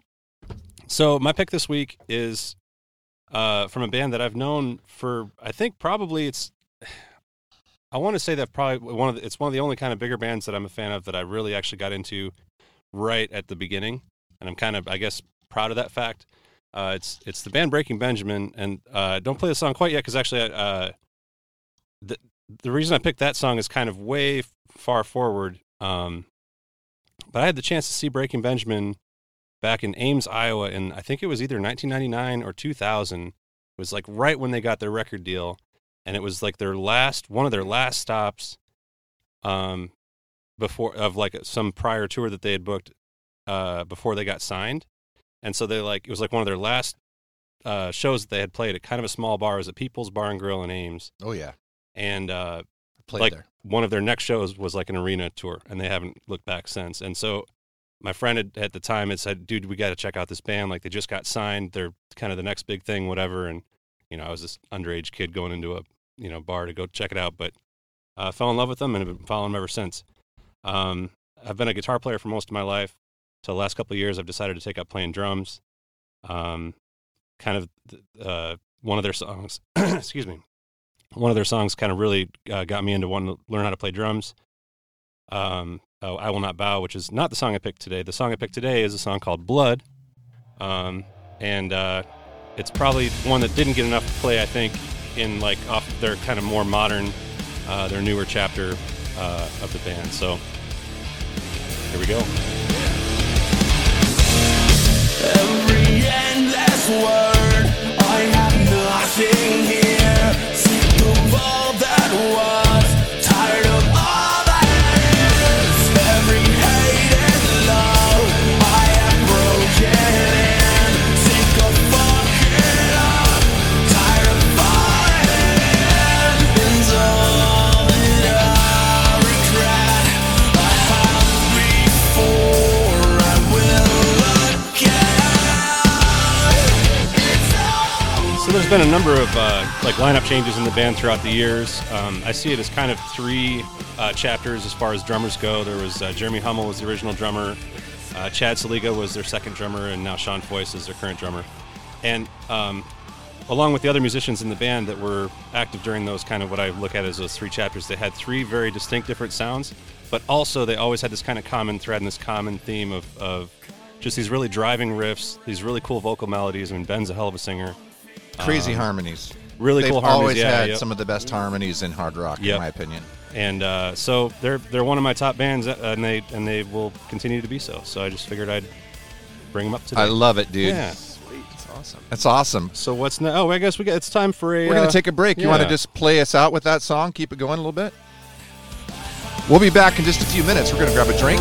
S8: so my pick this week is uh, from a band that I've known for, I think probably it's, I want to say that probably one of the, it's one of the only kind of bigger bands that I'm a fan of that I really actually got into right at the beginning, and I'm kind of, I guess, proud of that fact. Uh, it's it's the band Breaking Benjamin, and uh, don't play the song quite yet because actually, I, uh, the the reason I picked that song is kind of way f- far forward. Um, but I had the chance to see Breaking Benjamin back in Ames, Iowa, and I think it was either 1999 or 2000. It was like right when they got their record deal, and it was like their last one of their last stops, um, before of like some prior tour that they had booked, uh, before they got signed, and so they like it was like one of their last uh, shows that they had played at kind of a small bar, it was at People's Bar and Grill in Ames,
S6: Oh yeah,
S8: and uh,
S6: play
S8: like
S6: there.
S8: one of their next shows was like an arena tour and they haven't looked back since and so my friend had, at the time had said dude we got to check out this band like they just got signed they're kind of the next big thing whatever and you know i was this underage kid going into a you know bar to go check it out but uh, fell in love with them and have been following them ever since um, i've been a guitar player for most of my life so the last couple of years i've decided to take up playing drums um, kind of th- uh, one of their songs *clears throat* excuse me one of their songs kind of really uh, got me into wanting to learn how to play drums. Um, oh, I Will Not Bow, which is not the song I picked today. The song I picked today is a song called Blood. Um, and uh, it's probably one that didn't get enough play, I think, in like off their kind of more modern, uh, their newer chapter uh, of the band. So here we go.
S9: I
S8: been a number of uh, like lineup changes in the band throughout the years. Um, I see it as kind of three uh, chapters as far as drummers go. There was uh, Jeremy Hummel was the original drummer. Uh, Chad Saliga was their second drummer, and now Sean Foyce is their current drummer. And um, along with the other musicians in the band that were active during those kind of what I look at as those three chapters, they had three very distinct different sounds, but also they always had this kind of common thread and this common theme of, of just these really driving riffs, these really cool vocal melodies. I mean, Ben's a hell of a singer.
S6: Crazy harmonies.
S8: um, Really
S6: They've
S8: cool harmonies.
S6: always
S8: yeah,
S6: had
S8: yep.
S6: some of the best harmonies in hard rock,
S8: Yep.
S6: in my opinion.
S8: and uh, so they're they're one of my top bands, uh, and they and they will continue to be so. So I just figured I'd bring them up today.
S6: I love it, dude.
S8: Yeah.
S7: It's awesome.
S6: That's awesome.
S8: So what's now? Oh, I guess we got. It's time for a.
S6: We're going
S8: uh,
S6: to take a break. You want to
S8: yeah.
S6: just play us out with that song? Keep it going a little bit? We'll be back in just a few minutes. We're going to grab a drink.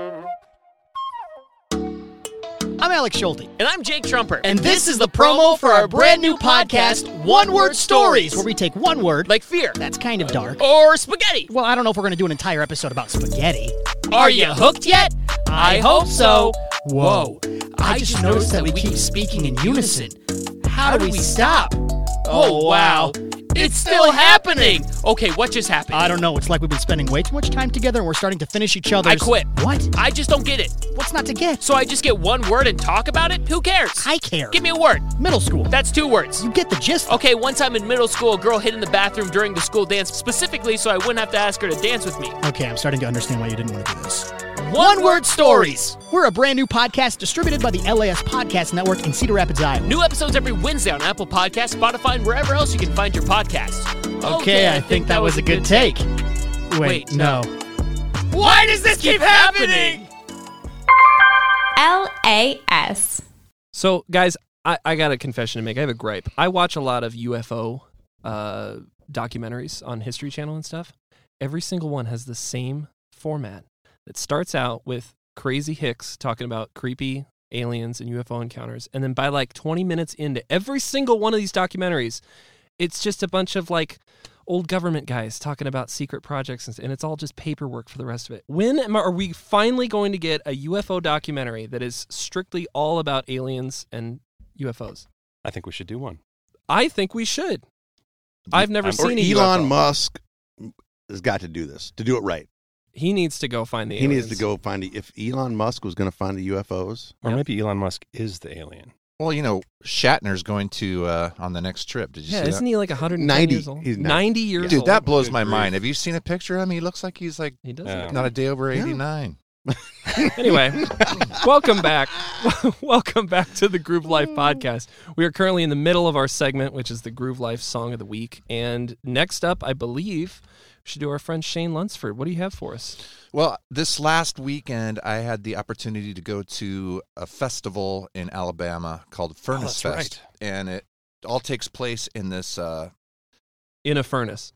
S3: I'm Alex Schulte.
S10: *laughs* And I'm Jake Trumper.
S3: And this is the promo for our brand new podcast, One Word Stories, where we take one word,
S10: Like fear.
S3: that's kind of dark.
S10: Or spaghetti.
S3: Well, I don't know if we're going to do an entire episode about spaghetti.
S10: Are you hooked yet? I hope so. Whoa.
S3: I just noticed that we keep speaking in unison. How do we stop?
S10: Oh, wow. It's still happening. Okay, what just happened?
S3: I don't know. It's like we've been spending way too much time together and we're starting to finish each other.
S10: I quit.
S3: What?
S10: I just don't get it.
S3: What's not to get?
S10: So I just get one word and talk about it? Who cares?
S3: I care.
S10: Give me a word.
S3: Middle school.
S10: That's two words.
S3: you get the gist.
S10: Okay, one time in middle school, a girl hid in the bathroom during the school dance specifically so I wouldn't have to ask her to dance with me.
S3: Okay, I'm starting to understand why you didn't want to do this.
S10: One,
S3: We're a brand new podcast distributed by the LAS Podcast Network in Cedar Rapids, Iowa.
S10: New episodes every Wednesday on Apple Podcasts, Spotify, and wherever else you can find your podcasts.
S3: take. Wait,
S10: Wait,
S3: no.
S10: Why does this keep happening?
S1: LAS.
S7: So, guys, I, I got a confession to make. I have a gripe. I watch a lot of UFO uh, documentaries on History Channel and stuff. Every single one has the same format that starts out with crazy Hicks talking about creepy aliens and UFO encounters. And then by like 20 minutes into every single one of these documentaries, it's just a bunch of like old government guys talking about secret projects and, and it's all just paperwork for the rest of it. When am, are we finally going to get a UFO documentary that is strictly all about aliens and UFOs?
S8: I think we should do one.
S7: I think we should. I've never
S8: I'm-
S5: Or
S7: seen a
S5: Elon
S7: UFO.
S5: Musk has got to do this to do it right.
S7: He needs to go find the
S5: he
S7: aliens.
S5: needs to go find the, if Elon Musk was going to find the UFOs.
S8: Or
S7: Yeah.
S8: maybe Elon Musk is the alien.
S6: Well, you know, Shatner's going to uh, on the next trip. Did you
S7: Yeah,
S6: see
S7: isn't
S6: that?
S7: he like 110
S5: 90.
S7: years old?
S5: He's not-
S7: 90 years
S6: Dude,
S7: old.
S6: that blows my
S5: Good grief.
S6: mind. Have you seen a picture of him? He looks like he's like
S7: he does.
S8: Yeah.
S7: look-
S6: not a day over
S5: Yeah.
S6: 89. *laughs*
S7: Anyway, welcome back. *laughs* welcome back to the Groove Life podcast. We are currently in the middle of our segment, which is the Groove Life song of the week. And next up, I believe, we should do our friend Shane Lunsford. What do you have for us?
S6: Well, this last weekend, I had the opportunity to go to a festival in Alabama called Furnace
S8: that's
S6: Fest, and it all takes place in this. Uh,
S7: In a furnace.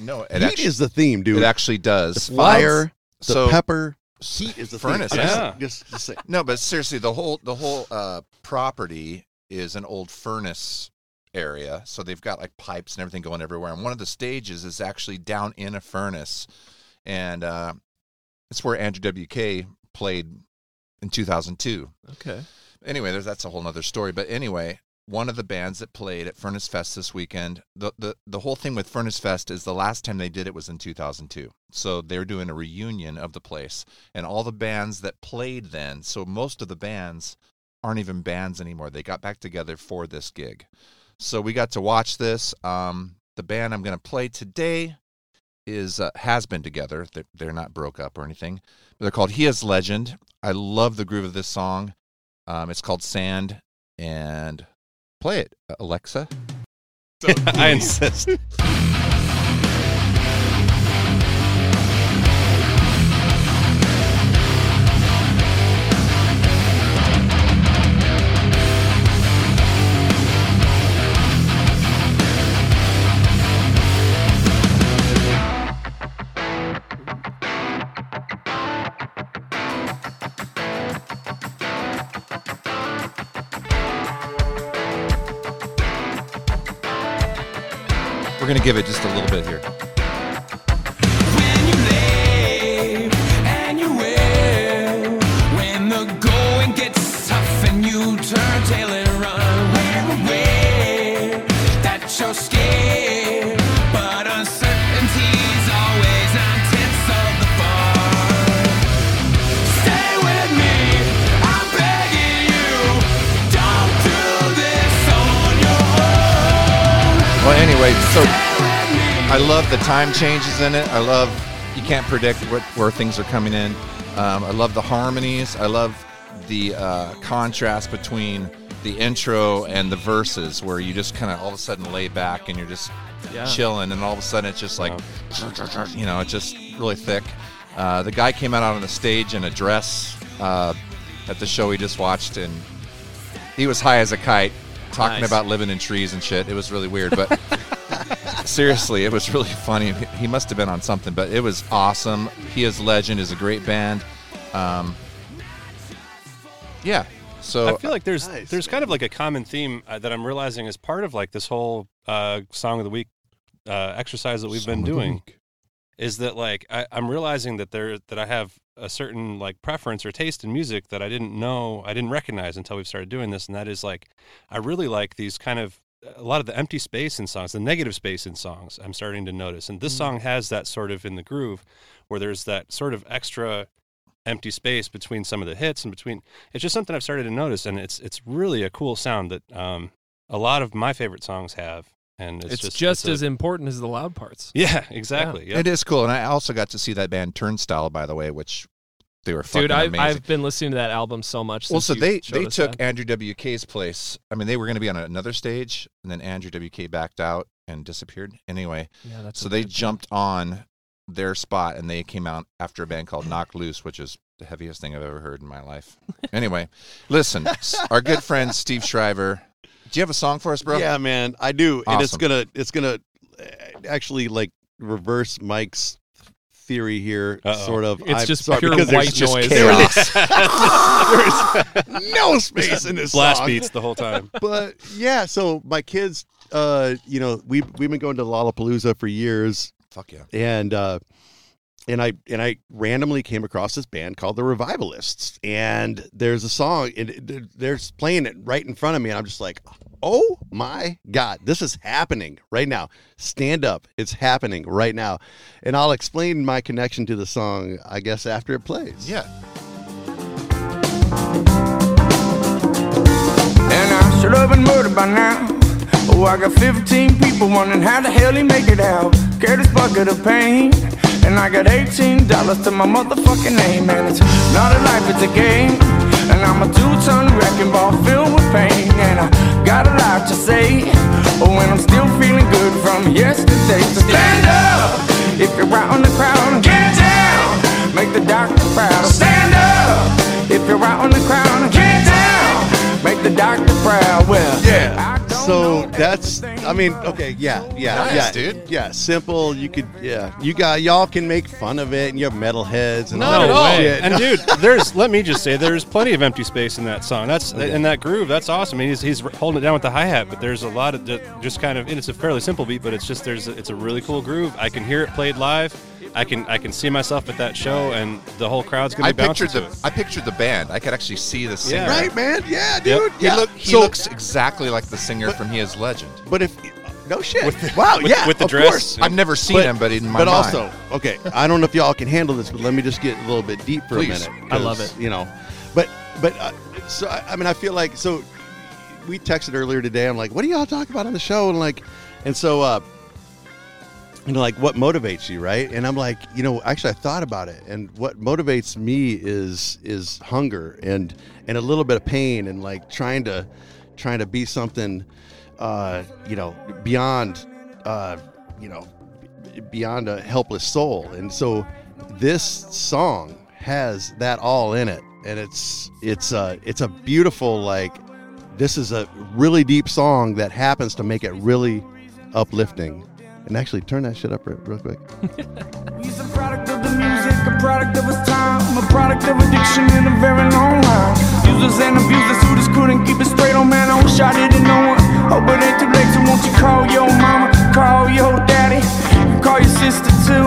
S6: no, it,
S5: Heat
S6: actually,
S5: is the theme, dude.
S6: it actually
S5: the
S6: does.
S5: fire, the
S6: so
S5: pepper.
S6: heat
S5: is the theme.
S6: furnace.
S5: I'm
S8: Yeah.
S5: just- Just, just say,
S6: No, but seriously, the whole the whole uh, property is an old furnace area, so they've got like pipes and everything going everywhere. And one of the stages is actually down in a furnace, and uh, it's where Andrew WK played in 2002.
S7: Okay.
S6: Anyway, there's, that's a whole nother story. But anyway, one of the bands that played at Furnace Fest this weekend, the, the, the whole thing with Furnace Fest is the last time they did it was in 2002. So they're doing a reunion of the place and all the bands that played then. So most of the bands aren't even bands anymore. They got back together for this gig. So we got to watch this. Um, the band I'm going to play today is uh, has been together. They're, they're not broke up or anything. They're called He Is Legend. I love the groove of this song. Um, it's called Sand. And play it, uh, Alexa. Oh,
S8: *laughs* I insist.
S6: We're going to give it just a little bit here.
S11: and you will when the going gets tough and you turn tail and run. We're aware that you're scared, but uncertainty's always nine tenths of the bar. Stay with me, I'm begging you. Don't do this on your own.
S6: Well, anyway, so I love the time changes in it. I love you can't predict what, where things are coming in. Um, I love the harmonies. I love the uh, contrast between the intro and the verses, where you just kind of all of a sudden lay back and you're just
S7: Yeah.
S6: chilling, and all of a sudden it's just like you know, it's just really thick. Uh, the guy came out on the stage in a dress uh, at the show we just watched, and he was high as a kite, talking
S7: Nice.
S6: about living in trees and shit. It was really weird, but seriously, it was really funny. He must have been on something, but it was awesome. He is legend. is a great band. Um, yeah. So
S8: I feel like there's there's kind of like a common theme uh, that I'm realizing is part of like this whole uh, song of the week uh, exercise that we've
S6: Song
S8: been
S6: of the
S8: doing. Is that like I, I'm realizing that there that I have a certain like preference or taste in music that I didn't know I didn't recognize until we've started doing this, and that is like I really like these kind of a lot of the empty space in songs, the negative space in songs. I'm starting to notice, and this
S7: Mm.
S8: song has that sort of in the groove where there's that sort of extra empty space between some of the hits and between it's just something I've started to notice and it's it's really a cool sound that um a lot of my favorite songs have and it's,
S7: It's, just,
S8: it's a-
S7: as important as the loud parts.
S8: *laughs* Yeah, exactly.
S6: it is cool, and I also got to see that band Turnstile, by the way, which they were fucking
S7: Dude, I've,
S6: amazing.
S7: I've been listening to that album so much.
S6: Well,
S7: since
S6: so
S7: you
S6: they
S7: showed
S6: they
S7: us
S6: took
S7: that.
S6: Andrew WK's place. I mean, they were going to be on another stage, and then Andrew WK backed out and disappeared. Anyway,
S7: Yeah, that's
S6: so
S7: a
S6: they
S7: bad
S6: jumped on their spot, and they came out after a band called Knock Loose, which is the heaviest thing I've ever heard in my life. Anyway, listen, s- our good friend Steve Shriver. Do you have a song for us, bro?
S5: Yeah, man, I do, and it's
S6: Awesome.
S5: gonna it's gonna uh, actually like reverse Mike's theory here,
S8: Uh-oh.
S5: sort of.
S7: It's just
S5: sorry,
S7: pure
S5: because
S7: white
S5: there's just
S7: noise.
S5: chaos.
S8: There's
S5: no space in this
S8: blast
S5: song.
S8: beats the whole time.
S5: but yeah, so my kids, uh, you know, we we've been going to Lollapalooza for years,
S6: Fuck yeah.
S5: and uh, and I and I randomly came across this band called the Revivalists, and there's a song, and they're, they're playing it right in front of me, and I'm just like, oh my god, this is happening right now. Stand up, it's happening right now, and I'll explain my connection to the song, I guess, after it plays.
S6: Yeah.
S11: And I should have been murdered by now. Oh, I got 15 people wondering how the hell he make it out. Get this bucket of pain. And I got $18 to my motherfucking name. And it's not a life, it's a game. And I'm a two-ton wrecking ball filled with pain. And I got a lot to say. Oh, and I'm still feeling good from yesterday. So stand up if you're out in the crowd. and Get down, make the doctor proud. Stand up if you're out in the crowd. and Get down. Make the doctor proud. Well,
S5: Yeah. So that's. I mean, okay, yeah, yeah,
S6: Nice,
S5: yeah,
S6: dude.
S5: Yeah, simple. You could, yeah, you got y'all can make fun of it, and you have metalheads and all
S8: No
S5: that
S8: way.
S5: shit. *laughs*
S8: And dude, there's let me just say there's plenty of empty space in that song. That's in that groove. That's awesome. I mean, he's, he's holding it down with the hi hat, but there's a lot of ju- just kind of. And it's a fairly simple beat, but it's just there's a, it's a really cool groove. I can hear it played live. I can I can see myself at that show, and the whole crowd's gonna
S6: I
S8: be bouncing
S6: pictured the
S8: to it.
S6: I pictured the band. I could actually see the singer.
S5: Right, man. Yeah,
S6: Yep.
S5: dude. Yeah.
S6: He, look, he
S5: So-
S6: looks exactly like the singer from He Is Legend.
S5: But if no shit, wow,
S6: with-
S5: yeah,
S6: with the
S5: of
S6: dress
S5: course.
S6: and- I've never seen him, but in my
S5: but
S6: mind.
S5: also, okay, I don't know if y'all can handle this, but let me just get a little bit deep for
S6: Please.
S5: a minute.
S6: I love
S5: 'cause,
S6: it.
S5: You know, but but uh, so I, I mean, I feel like so we texted earlier today. I'm like, what do y'all talk about on the show? And like, and so uh, you know, like what motivates you, right? And I'm like, you know, actually, I thought about it, and what motivates me is is hunger and and a little bit of pain, and like trying to trying to be something, uh, you know, beyond, uh, you know, b- beyond a helpless soul. And so, this song has that all in it, and it's it's a it's a beautiful like, this is a really deep song that happens to make it really uplifting. And actually, turn that shit up real, real quick.
S11: product of the music, a product of its time, a product of addiction in a very long line. Users and abusers who just couldn't keep it straight. Oh man, I wish I didn't know it. Oh, but ain't too late, so won't you call your mama, call your daddy, and call your sister too.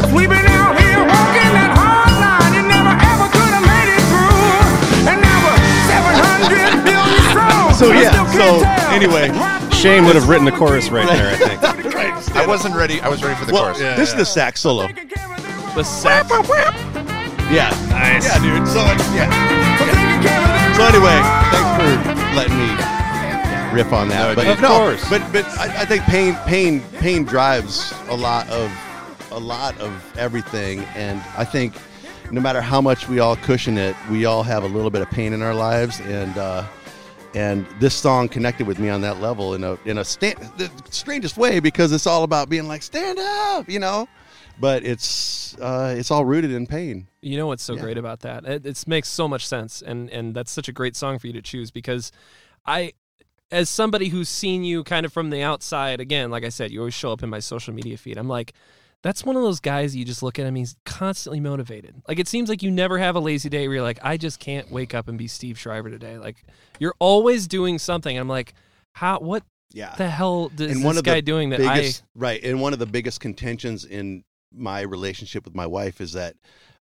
S11: Cause we've been out here walking that hard line and never ever could have made it through. And now we're 700 billion strong.
S5: So
S11: I
S5: yeah,
S11: still
S5: so
S8: anyway, Shane would have written the chorus right there. I think.
S6: I wasn't ready. I was ready for the
S5: Well,
S6: chorus.
S5: this is the sax solo.
S7: The sax.
S5: Yeah. Nice. Yeah, dude. So it's- yeah. yeah. So anyway, thanks for letting me riff on that.
S6: No,
S5: but
S6: dude. Of course.
S5: But but I, I think pain pain pain drives a lot of a lot of everything, and I think no matter how much we all cushion it, we all have a little bit of pain in our lives, and. uh and this song connected with me on that level in a in a sta- the strangest way because it's all about being like stand up, you know, but it's uh, it's all rooted in pain.
S7: You know what's so
S5: Yeah.
S7: great about that? It, it makes so much sense, and and that's such a great song for you to choose because I, as somebody who's seen you kind of from the outside, again, like I said, you always show up in my social media feed. I'm like, that's one of those guys you just look at him. He's constantly motivated. Like it seems like you never have a lazy day where you're like, I just can't wake up and be Steve Shriver today. Like you're always doing something. I'm like, how? What?
S5: Yeah.
S7: The hell is
S5: Uh, and
S7: this
S5: one of
S7: guy
S5: the
S7: doing that? I
S5: biggest, right and one of the biggest contentions in my relationship with my wife is that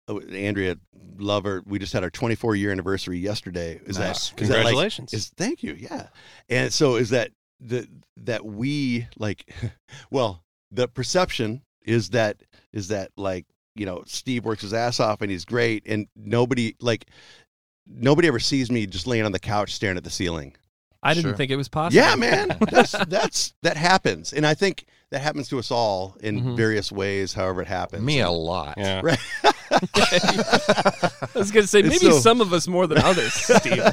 S5: oh, andrea lover we just had our 24 year anniversary yesterday is that-
S8: Nice.
S5: is that like-
S8: Congratulations.
S5: is thank you yeah and so is that the that we like *laughs* well the perception is that is that like you know steve works his ass off and he's great and nobody like nobody ever sees me just laying on the couch staring at the ceiling
S7: I didn't
S5: Sure.
S7: think it was possible.
S5: yeah, man, that's that's that happens, and I think that happens to us all in
S7: Mhm.
S5: various ways. However, it happens.
S6: Mm-hmm. Me a lot.
S8: Yeah.
S5: Right.
S7: *laughs* I was gonna say
S5: It's
S7: maybe
S5: so-
S7: some of us more than
S5: *laughs*
S7: others, Steve.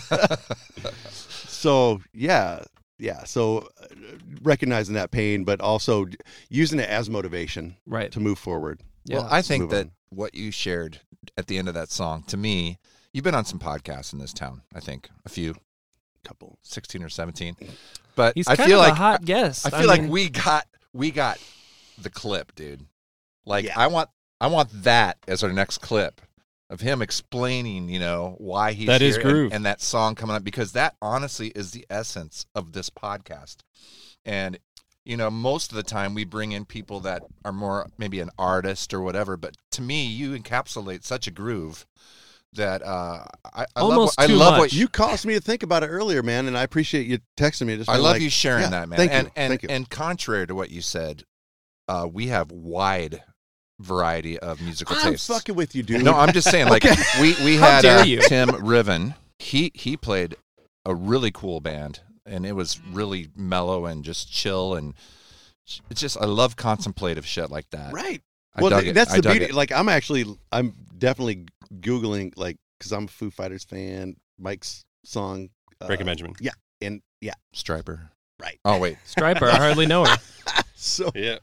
S5: So yeah, yeah. So uh, recognizing that pain, but also d- using it as motivation,
S7: Right.
S5: to move forward.
S6: Well,
S7: Yeah.
S6: I
S5: Let's
S6: think
S5: move
S6: that
S5: on.
S6: what you shared at the end of that song, to me, you've been on some podcasts in this town. I think a few,
S5: couple,
S6: sixteen or seventeen. But
S7: He's
S6: I
S7: kind
S6: feel
S7: of a
S6: like
S7: hot guest.
S6: I
S7: I
S6: feel like
S7: mean-
S6: we got we got the clip, dude. Like I want I want that as our next clip of him explaining, you know, why he's
S8: That is
S6: here and-
S8: groove.
S6: And, that song coming up because that honestly is the essence of this podcast. And you know, most of the time we bring in people that are more maybe an artist or whatever, but to me, you encapsulate such a groove that uh, I, I
S7: Almost
S6: love. What,
S7: too
S6: I love
S7: much.
S6: what
S5: You caused me to think about it earlier, man, and I appreciate you texting me. Just
S6: I
S5: being
S6: love
S5: like,
S6: you sharing
S5: yeah,
S6: that, man.
S5: Thank you.
S6: and and
S5: thank you.
S6: and contrary to what you said, uh, we have wide variety of musical
S5: I'm
S6: tastes.
S5: fucking with you, dude.
S6: No, I'm just saying, like we we
S7: How
S6: had
S7: dare
S6: uh,
S7: you.
S6: Tim Riven. He he played a really cool band, and it was really mellow and just chill and it's just I love contemplative shit like that.
S5: right.
S6: I
S5: well,
S6: dug
S5: th-
S6: it.
S5: that's
S6: I
S5: the
S6: dug
S5: beauty.
S6: it.
S5: Like, I'm actually, I'm definitely googling, like, because I'm a Foo Fighters fan. Mike's song, uh,
S8: Breaking Benjamin.
S5: Yeah, and yeah,
S6: Striper.
S5: Right.
S6: Oh wait,
S7: Striper, I hardly know her.
S5: so
S8: Yeah.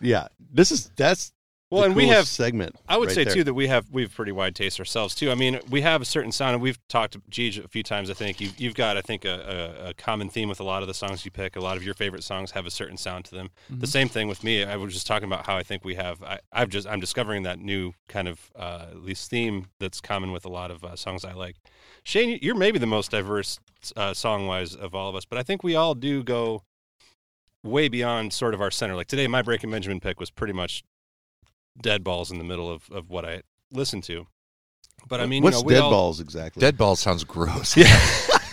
S5: yeah, this is that's
S8: Well,
S5: the
S8: and we
S5: coolest
S8: have
S5: segment.
S8: I would
S5: right
S8: say
S5: there.
S8: too that we have we've pretty wide tastes ourselves too. I mean, we have a certain sound, and we've talked to Gigi a few times. I think you've, you've got, I think, a, a, a common theme with a lot of the songs you pick. A lot of your favorite songs have a certain sound to them. The same thing with me. I was just talking about how I think we have. I, I've just I'm discovering that new kind of uh, at least theme that's common with a lot of uh, songs I like. Shane, you're maybe the most diverse uh, song wise of all of us, but I think we all do go way beyond sort of our center. Like today, my Breaking Benjamin pick was pretty much dead balls in the middle of, of what I listen to. But I mean,
S5: What's
S8: you know, we
S5: dead
S8: all-
S5: balls exactly?
S6: Dead balls sounds gross.
S8: Yeah.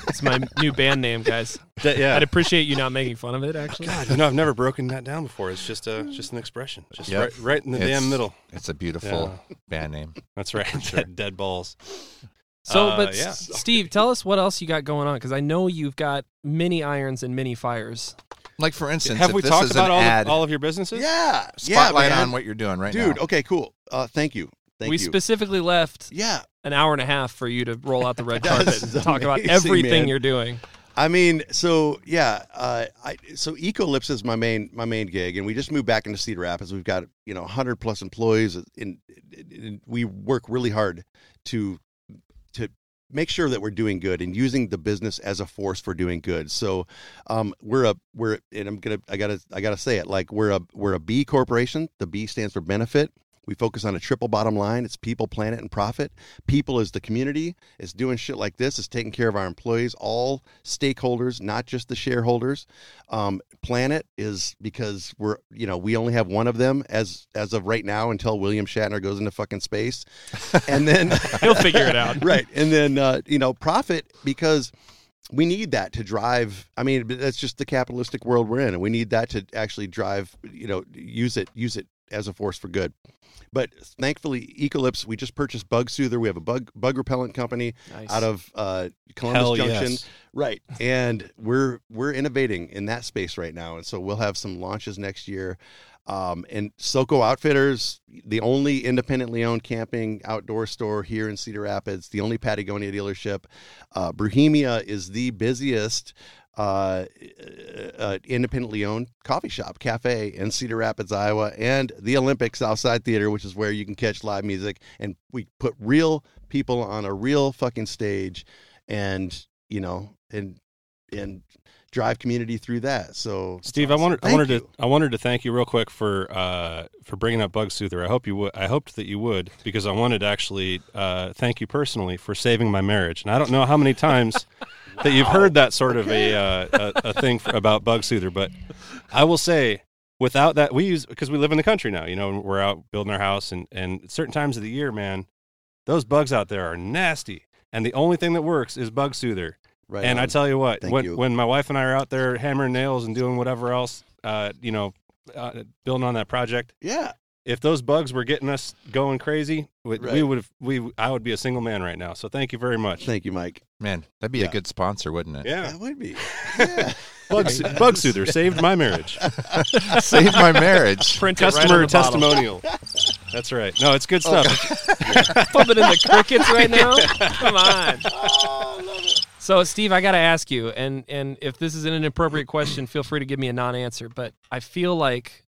S7: It's my new band name, guys.
S8: That- yeah. Uh,
S7: I'd
S8: *laughs*
S7: appreciate you not making fun of it. Actually,
S8: God, you know, I've never broken that down before. It's just a just an expression, just
S6: Yep.
S8: right, right in the
S6: It's-
S8: damn middle.
S6: It's a beautiful band name. *laughs*
S8: That's right. Dead balls.
S7: So,
S8: Uh,
S7: but
S8: yeah.
S7: S- Steve, tell us what else you got going on because I know you've got many irons and many fires.
S6: Like for instance,
S8: Have
S6: if
S8: we
S6: this
S8: talked
S6: is
S8: about
S6: an
S8: all of-
S6: ad,
S8: all of your businesses?
S5: Yeah.
S6: Spotlight
S5: yeah, man.
S6: on what you're doing right now.
S5: Dude, okay, cool. Uh, thank you. Thank
S7: we
S5: you.
S7: specifically left
S5: yeah.
S7: an hour and a half for you to roll out the red
S5: That
S7: carpet
S5: is
S7: and talk about
S5: amazing,
S7: everything
S5: man.
S7: you're doing.
S5: I mean, so yeah, uh, I so Ecolips is my main my main gig, and we just moved back into Cedar Rapids. We've got you know 100 plus employees, and, and, and we work really hard to to make sure that we're doing good and using the business as a force for doing good. So um, we're a we're and I'm gonna I gotta I gotta say it like we're a we're a B corporation. The B stands for benefit. We focus on a triple bottom line. It's people, planet, and profit. People is the community. It's doing shit like this. It's taking care of our employees, all stakeholders, not just the shareholders. Um, planet is because we're you know we only have one of them as as of right now until William Shatner goes into fucking space, and then
S7: *laughs* He'll figure
S6: *laughs*
S7: it
S5: *laughs*
S7: out.
S5: right? And then uh, you know profit because we need that to drive i mean but that's just the capitalistic world we're in and we need that to actually drive you know use it use it as a force for good but thankfully ecolips we just purchased bug soother we have a bug bug repellent company
S7: Nice.
S5: out of uh, columbus
S8: Hell
S5: junction
S8: yes.
S5: right and we're we're innovating in that space right now and so we'll have some launches next year um, and Soko Outfitters, the only independently owned camping outdoor store here in Cedar Rapids, the only Patagonia dealership. Uh, Bohemia is the busiest uh, uh, independently owned coffee shop, cafe in Cedar Rapids, Iowa, and the Olympic Southside Theater, which is where you can catch live music. And we put real people on a real fucking stage and, you know, and, and, drive community through that so
S8: Steve, I wanted I
S5: Thank
S8: wanted
S5: you.
S8: to I wanted to thank you real quick for uh, for bringing up Bug Soother. I hope you would. I hoped that you would because I wanted to actually uh, thank you personally for saving my marriage. And I don't know how
S5: *laughs*
S8: many times that you've heard that sort of a, uh, a a thing for, about Bug Soother, but I will say without that we use because we live in the country now. You know, and we're out building our house, and and certain times of the year, man, those bugs out there are nasty. And the only thing that works is Bug Soother.
S5: Right
S8: and I
S6: um,
S5: on.
S8: tell you what,
S5: Thank
S8: when,
S5: you.
S8: when my wife and I are out there hammering nails and doing whatever else, uh, you know, uh, building on that project,
S5: yeah
S8: if those bugs were getting us going crazy, we, we
S5: Right.
S8: would have. We I would be a single man right now. So thank you
S6: *laughs*
S8: very much.
S5: thank you mike
S6: Man, that'd be
S5: Yeah.
S6: a good sponsor, wouldn't it?
S8: Yeah,
S5: that
S6: *laughs*
S5: would be yeah.
S8: bug Soo- bug soother saved
S7: *laughs*
S8: my marriage.
S6: *laughs* Save my
S5: *laughs*
S6: marriage.
S7: Print it right on
S8: Customer
S7: the bottle.
S8: testimonial. That's right. No, it's good
S6: Oh,
S8: stuff.
S7: *laughs* Pump it in the crickets
S6: *laughs*
S7: right now. Come on.
S6: Oh,
S7: So, Steve, I got to ask you, and and if this is an inappropriate question, feel free to give me a non-answer. But I feel like,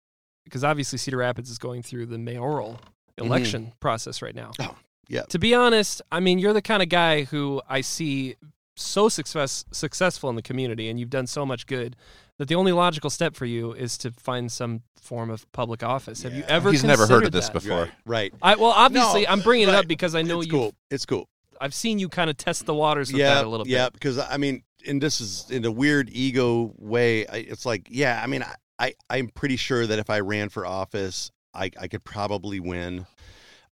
S7: because obviously Cedar Rapids is going through the mayoral
S6: Mm-hmm.
S7: election process right now.
S5: Oh, yeah.
S7: To be honest, I mean, you're the kind of guy who I see so success successful in the community, and you've done so much good. That the only logical step for you is to find some form of public office. Have you ever?
S6: He's never heard of
S7: considered
S6: this
S7: that?
S6: before.
S5: right
S7: I well, obviously, I'm bringing it up
S5: right.
S7: because I know
S5: it's
S7: you.
S5: cool it's cool
S7: I've seen you kind of test the waters with
S5: yeah,
S7: that a little
S5: Yeah,
S7: bit.
S5: because I mean, and this is in a weird ego way. I, it's like, yeah, I mean, I, I, I'm pretty sure that if I ran for office, I, I could probably win.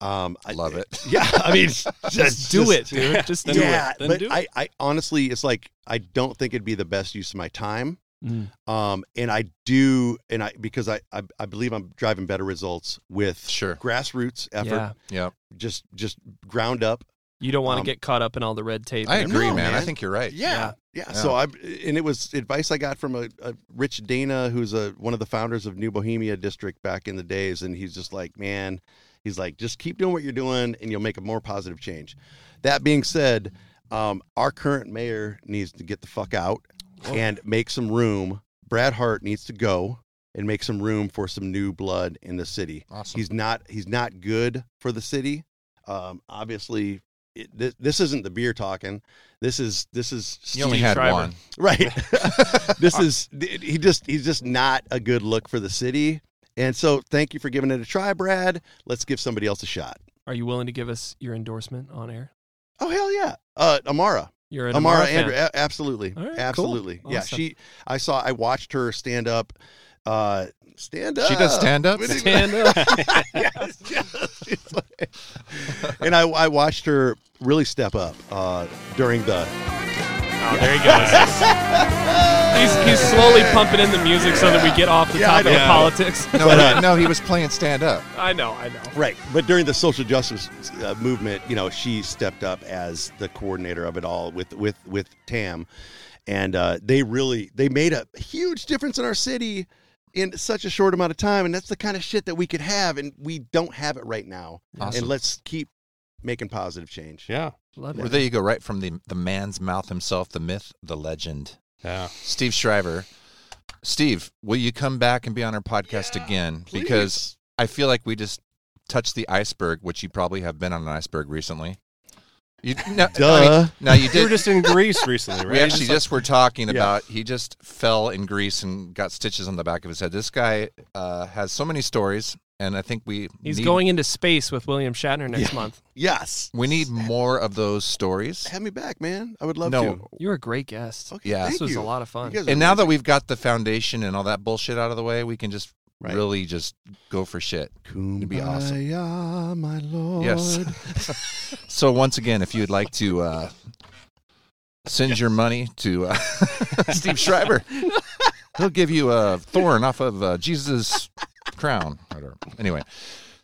S5: Um, I
S6: Love it.
S5: *laughs* Yeah, I
S6: *laughs*
S5: mean,
S7: Just do it, dude. Just do
S5: yeah,
S7: it. Then
S5: but
S7: do it.
S5: I, I honestly, it's like I don't think it'd be the best use of my time.
S7: Mm.
S5: Um, and I do, and I because I, I, I believe I'm driving better results with
S6: Sure.
S5: grassroots effort,
S7: Yeah.
S6: Yeah.
S5: just just ground up.
S7: You don't want to
S5: Um,
S7: get caught up in all the red tape.
S6: I
S7: and
S6: agree,
S5: No,
S6: man. I
S5: man.
S6: think you're right.
S5: Yeah. Yeah. So I and it was advice I got from a, a Rich Dana, who's a one of the founders of New Bohemia District back in the days, and he's just like, man, he's like, just keep doing what you're doing, and you'll make a more positive change. That being said, um, our current mayor needs to get the fuck out and make some room. Brad Hart needs to go and make some room for some new blood in the city.
S6: Awesome.
S5: He's not he's not good for the city. Um, obviously, it, this, this isn't the beer talking. This is this is
S6: you only
S5: Steve
S6: had
S5: Schreiber.
S6: one.
S5: *laughs*
S6: *laughs*
S5: right. this is he just he's just not a good look for the city. And so, thank you for giving it a try, Brad. Let's give somebody else a shot.
S7: Are you willing to give us your endorsement on air?
S5: Oh hell yeah, uh, Amara.
S7: You're an
S5: Amara,
S7: Amara fan.
S5: Andrew, a- absolutely,
S7: All right, cool.
S5: absolutely. Yeah,
S7: Awesome.
S5: she. I saw. I watched her stand up Uh, stand up.
S6: She does stand up?
S5: What do you-
S6: Stand up.
S5: *laughs* Yes, yes. It's like- *laughs* and I, I watched her really step up uh, during the.
S7: Oh, there he goes. he's, he's slowly pumping in the music so that we get off the topic of politics. *laughs*
S6: No,
S5: But, uh,
S6: no, he was playing stand up.
S7: I know, I know.
S5: Right, but during the social justice uh, movement, you know, she stepped up as the coordinator of it all with with with Tam, and uh, they really they made a huge difference in our city in such a short amount of time, and that's the kind of shit that we could have, and we don't have it right now.
S6: Awesome.
S5: And let's keep making positive change.
S8: *laughs* Yeah,
S7: Love
S6: Well, there you go, right from the the man's mouth himself, the myth, the legend.
S8: Yeah.
S6: Steve Shriver. Steve, will you come back and be on our podcast again? Because I feel like we just touched the iceberg, which you probably have been on an iceberg recently.
S5: *laughs*
S6: You, no, I
S5: Duh.
S6: mean, no, you
S5: *laughs*
S8: You
S6: did.
S8: were just in Greece recently, right?
S6: We actually
S8: Just
S6: just, were
S8: like-
S6: talking
S8: Yeah.
S6: about he just fell in Greece and got stitches on the back of his head. This guy uh, has so many stories, and I think we
S7: He's
S6: need-
S7: going into space with William Shatner next
S5: Yeah.
S7: month.
S5: Yes,
S6: We need more of those stories.
S5: have me back, man. I would love
S6: No,
S5: to.
S7: You were a great guest.
S5: Okay,
S6: Yeah.
S5: thank
S7: This was
S5: you.
S7: a lot of fun.
S5: You guys are
S6: and now that
S5: amazing.
S6: we've got the foundation and all that bullshit out of the way, we can just
S5: Right.
S6: really just go for shit. It'd be awesome.
S5: Kumbaya, my lord.
S6: Yes. So once again, if you'd like to uh, send your money to uh, *laughs* Steve Schreiber, he'll give you a thorn off of uh, Jesus' crown. Whatever. Anyway,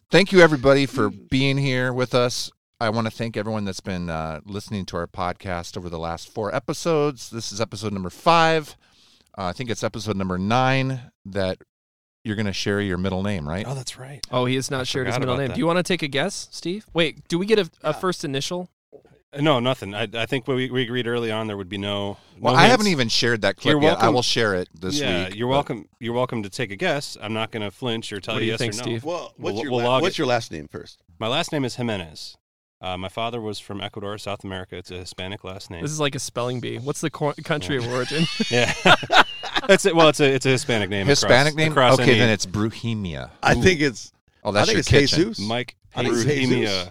S6: thank you everybody for being here with us. I want to thank everyone that's been uh, listening to our podcast over the last four episodes. This is episode number five. Uh, I think it's episode number nine that you're going to share your middle name, right?
S8: Oh, that's right.
S7: Oh, he has not shared his
S8: forgot
S7: middle
S8: about
S7: name.
S8: that.
S7: Do you want to take a guess, Steve? Wait, do we get a, a first initial?
S8: No, nothing. I, I think we, we agreed early on there would be no.
S6: Well,
S8: no
S6: I
S8: hints.
S6: haven't even shared that clip
S8: You're
S6: yet. I
S8: welcome-
S6: will share it this
S8: yeah,
S6: week.
S8: you're
S6: but-
S8: welcome. You're welcome to take a guess. I'm not going to flinch or tell
S7: What do
S8: you
S7: you
S8: yes
S7: think,
S8: or no.
S5: *laughs*
S7: Steve?
S5: Well, what's,
S8: We'll-
S5: your,
S8: we'll
S5: la-
S8: log
S5: what's
S8: it.
S5: your last name first?
S8: My last name is Jimenez. Uh, my father was from Ecuador, South America. It's a Hispanic last name.
S7: This is like a spelling bee. What's the cor- country of origin?
S8: yeah, *laughs* that's it. Well, it's a it's a Hispanic name. across-
S6: Hispanic name?
S8: Across
S6: okay,
S8: any-
S6: then it's Bruhemia.
S5: I
S6: Ooh.
S5: think it's
S6: Oh, that's
S5: I think
S6: your
S5: it's
S6: kitchen.
S5: Jesus.
S8: Mike
S5: I think it's
S8: Perumia.
S5: Jesus.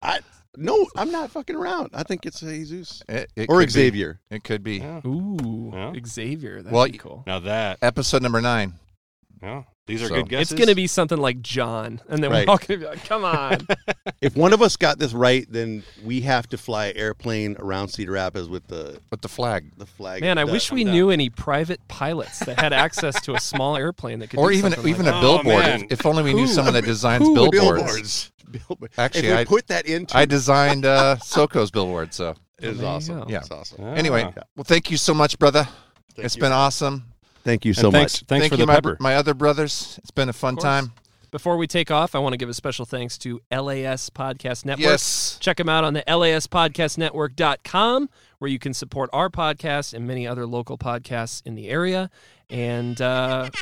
S5: I no, I'm not fucking around. I think it's Jesus
S6: It- it
S5: or
S6: could be.
S5: Xavier.
S6: It could be.
S8: Yeah.
S7: Ooh,
S8: Yeah.
S7: Xavier. That'd
S6: Well,
S7: be cool.
S8: Now that
S6: Episode number nine.
S8: yeah, these are
S6: So-
S8: good guesses.
S7: It's going to be something like John. And then
S5: Right.
S7: we're all going to be like,
S5: *laughs*
S7: come on.
S5: If one of us got this right, then we have to fly airplane around Cedar Rapids with the
S6: With the flag.
S5: the flag.
S7: Man, I
S5: Duh,
S7: wish
S5: I'm
S7: we
S5: down.
S7: knew any private pilots that had access to a small airplane that could
S6: Or
S7: do
S6: even
S7: something
S6: even
S7: like
S6: a
S7: that.
S8: Oh,
S6: billboard.
S8: man.
S6: If, if only we knew someone that designs
S5: Who would-
S6: billboards.
S5: billboards. *laughs* Billboard.
S6: Actually,
S5: if we
S6: I-
S5: put that into
S6: I designed uh, Soko's billboard. So
S5: it is
S7: There you
S5: awesome.
S7: go.
S6: Yeah.
S5: It's awesome.
S8: Yeah.
S6: anyway,
S8: And
S6: well, thank you so much, brother. It's
S5: you.
S6: been awesome.
S5: Thank you so much.
S8: thanks, Thanks
S6: thank
S8: for
S6: you,
S8: the
S6: my,
S8: pepper.
S6: my other brothers. It's been a fun
S7: course.
S6: time.
S7: Before we take off, I want to give a special thanks to LAS Podcast Network.
S6: Yes.
S7: Check them out on the laspodcastnetwork.com, where you can support our podcast and many other local podcasts in the area. And uh, *laughs*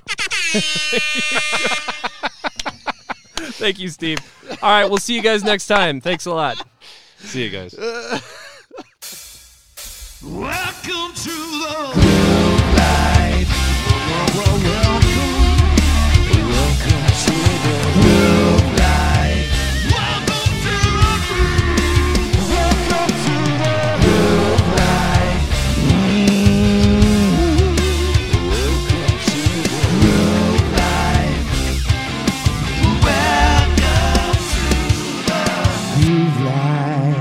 S7: thank you, Steve. All right, we'll see you guys next time. Thanks a lot.
S8: See
S7: *laughs*
S8: you guys.
S11: Welcome to the life. Welcome, welcome to the love life. Welcome to the groove. Welcome to the love life. Mm. Welcome to the love life. Welcome to the groove life.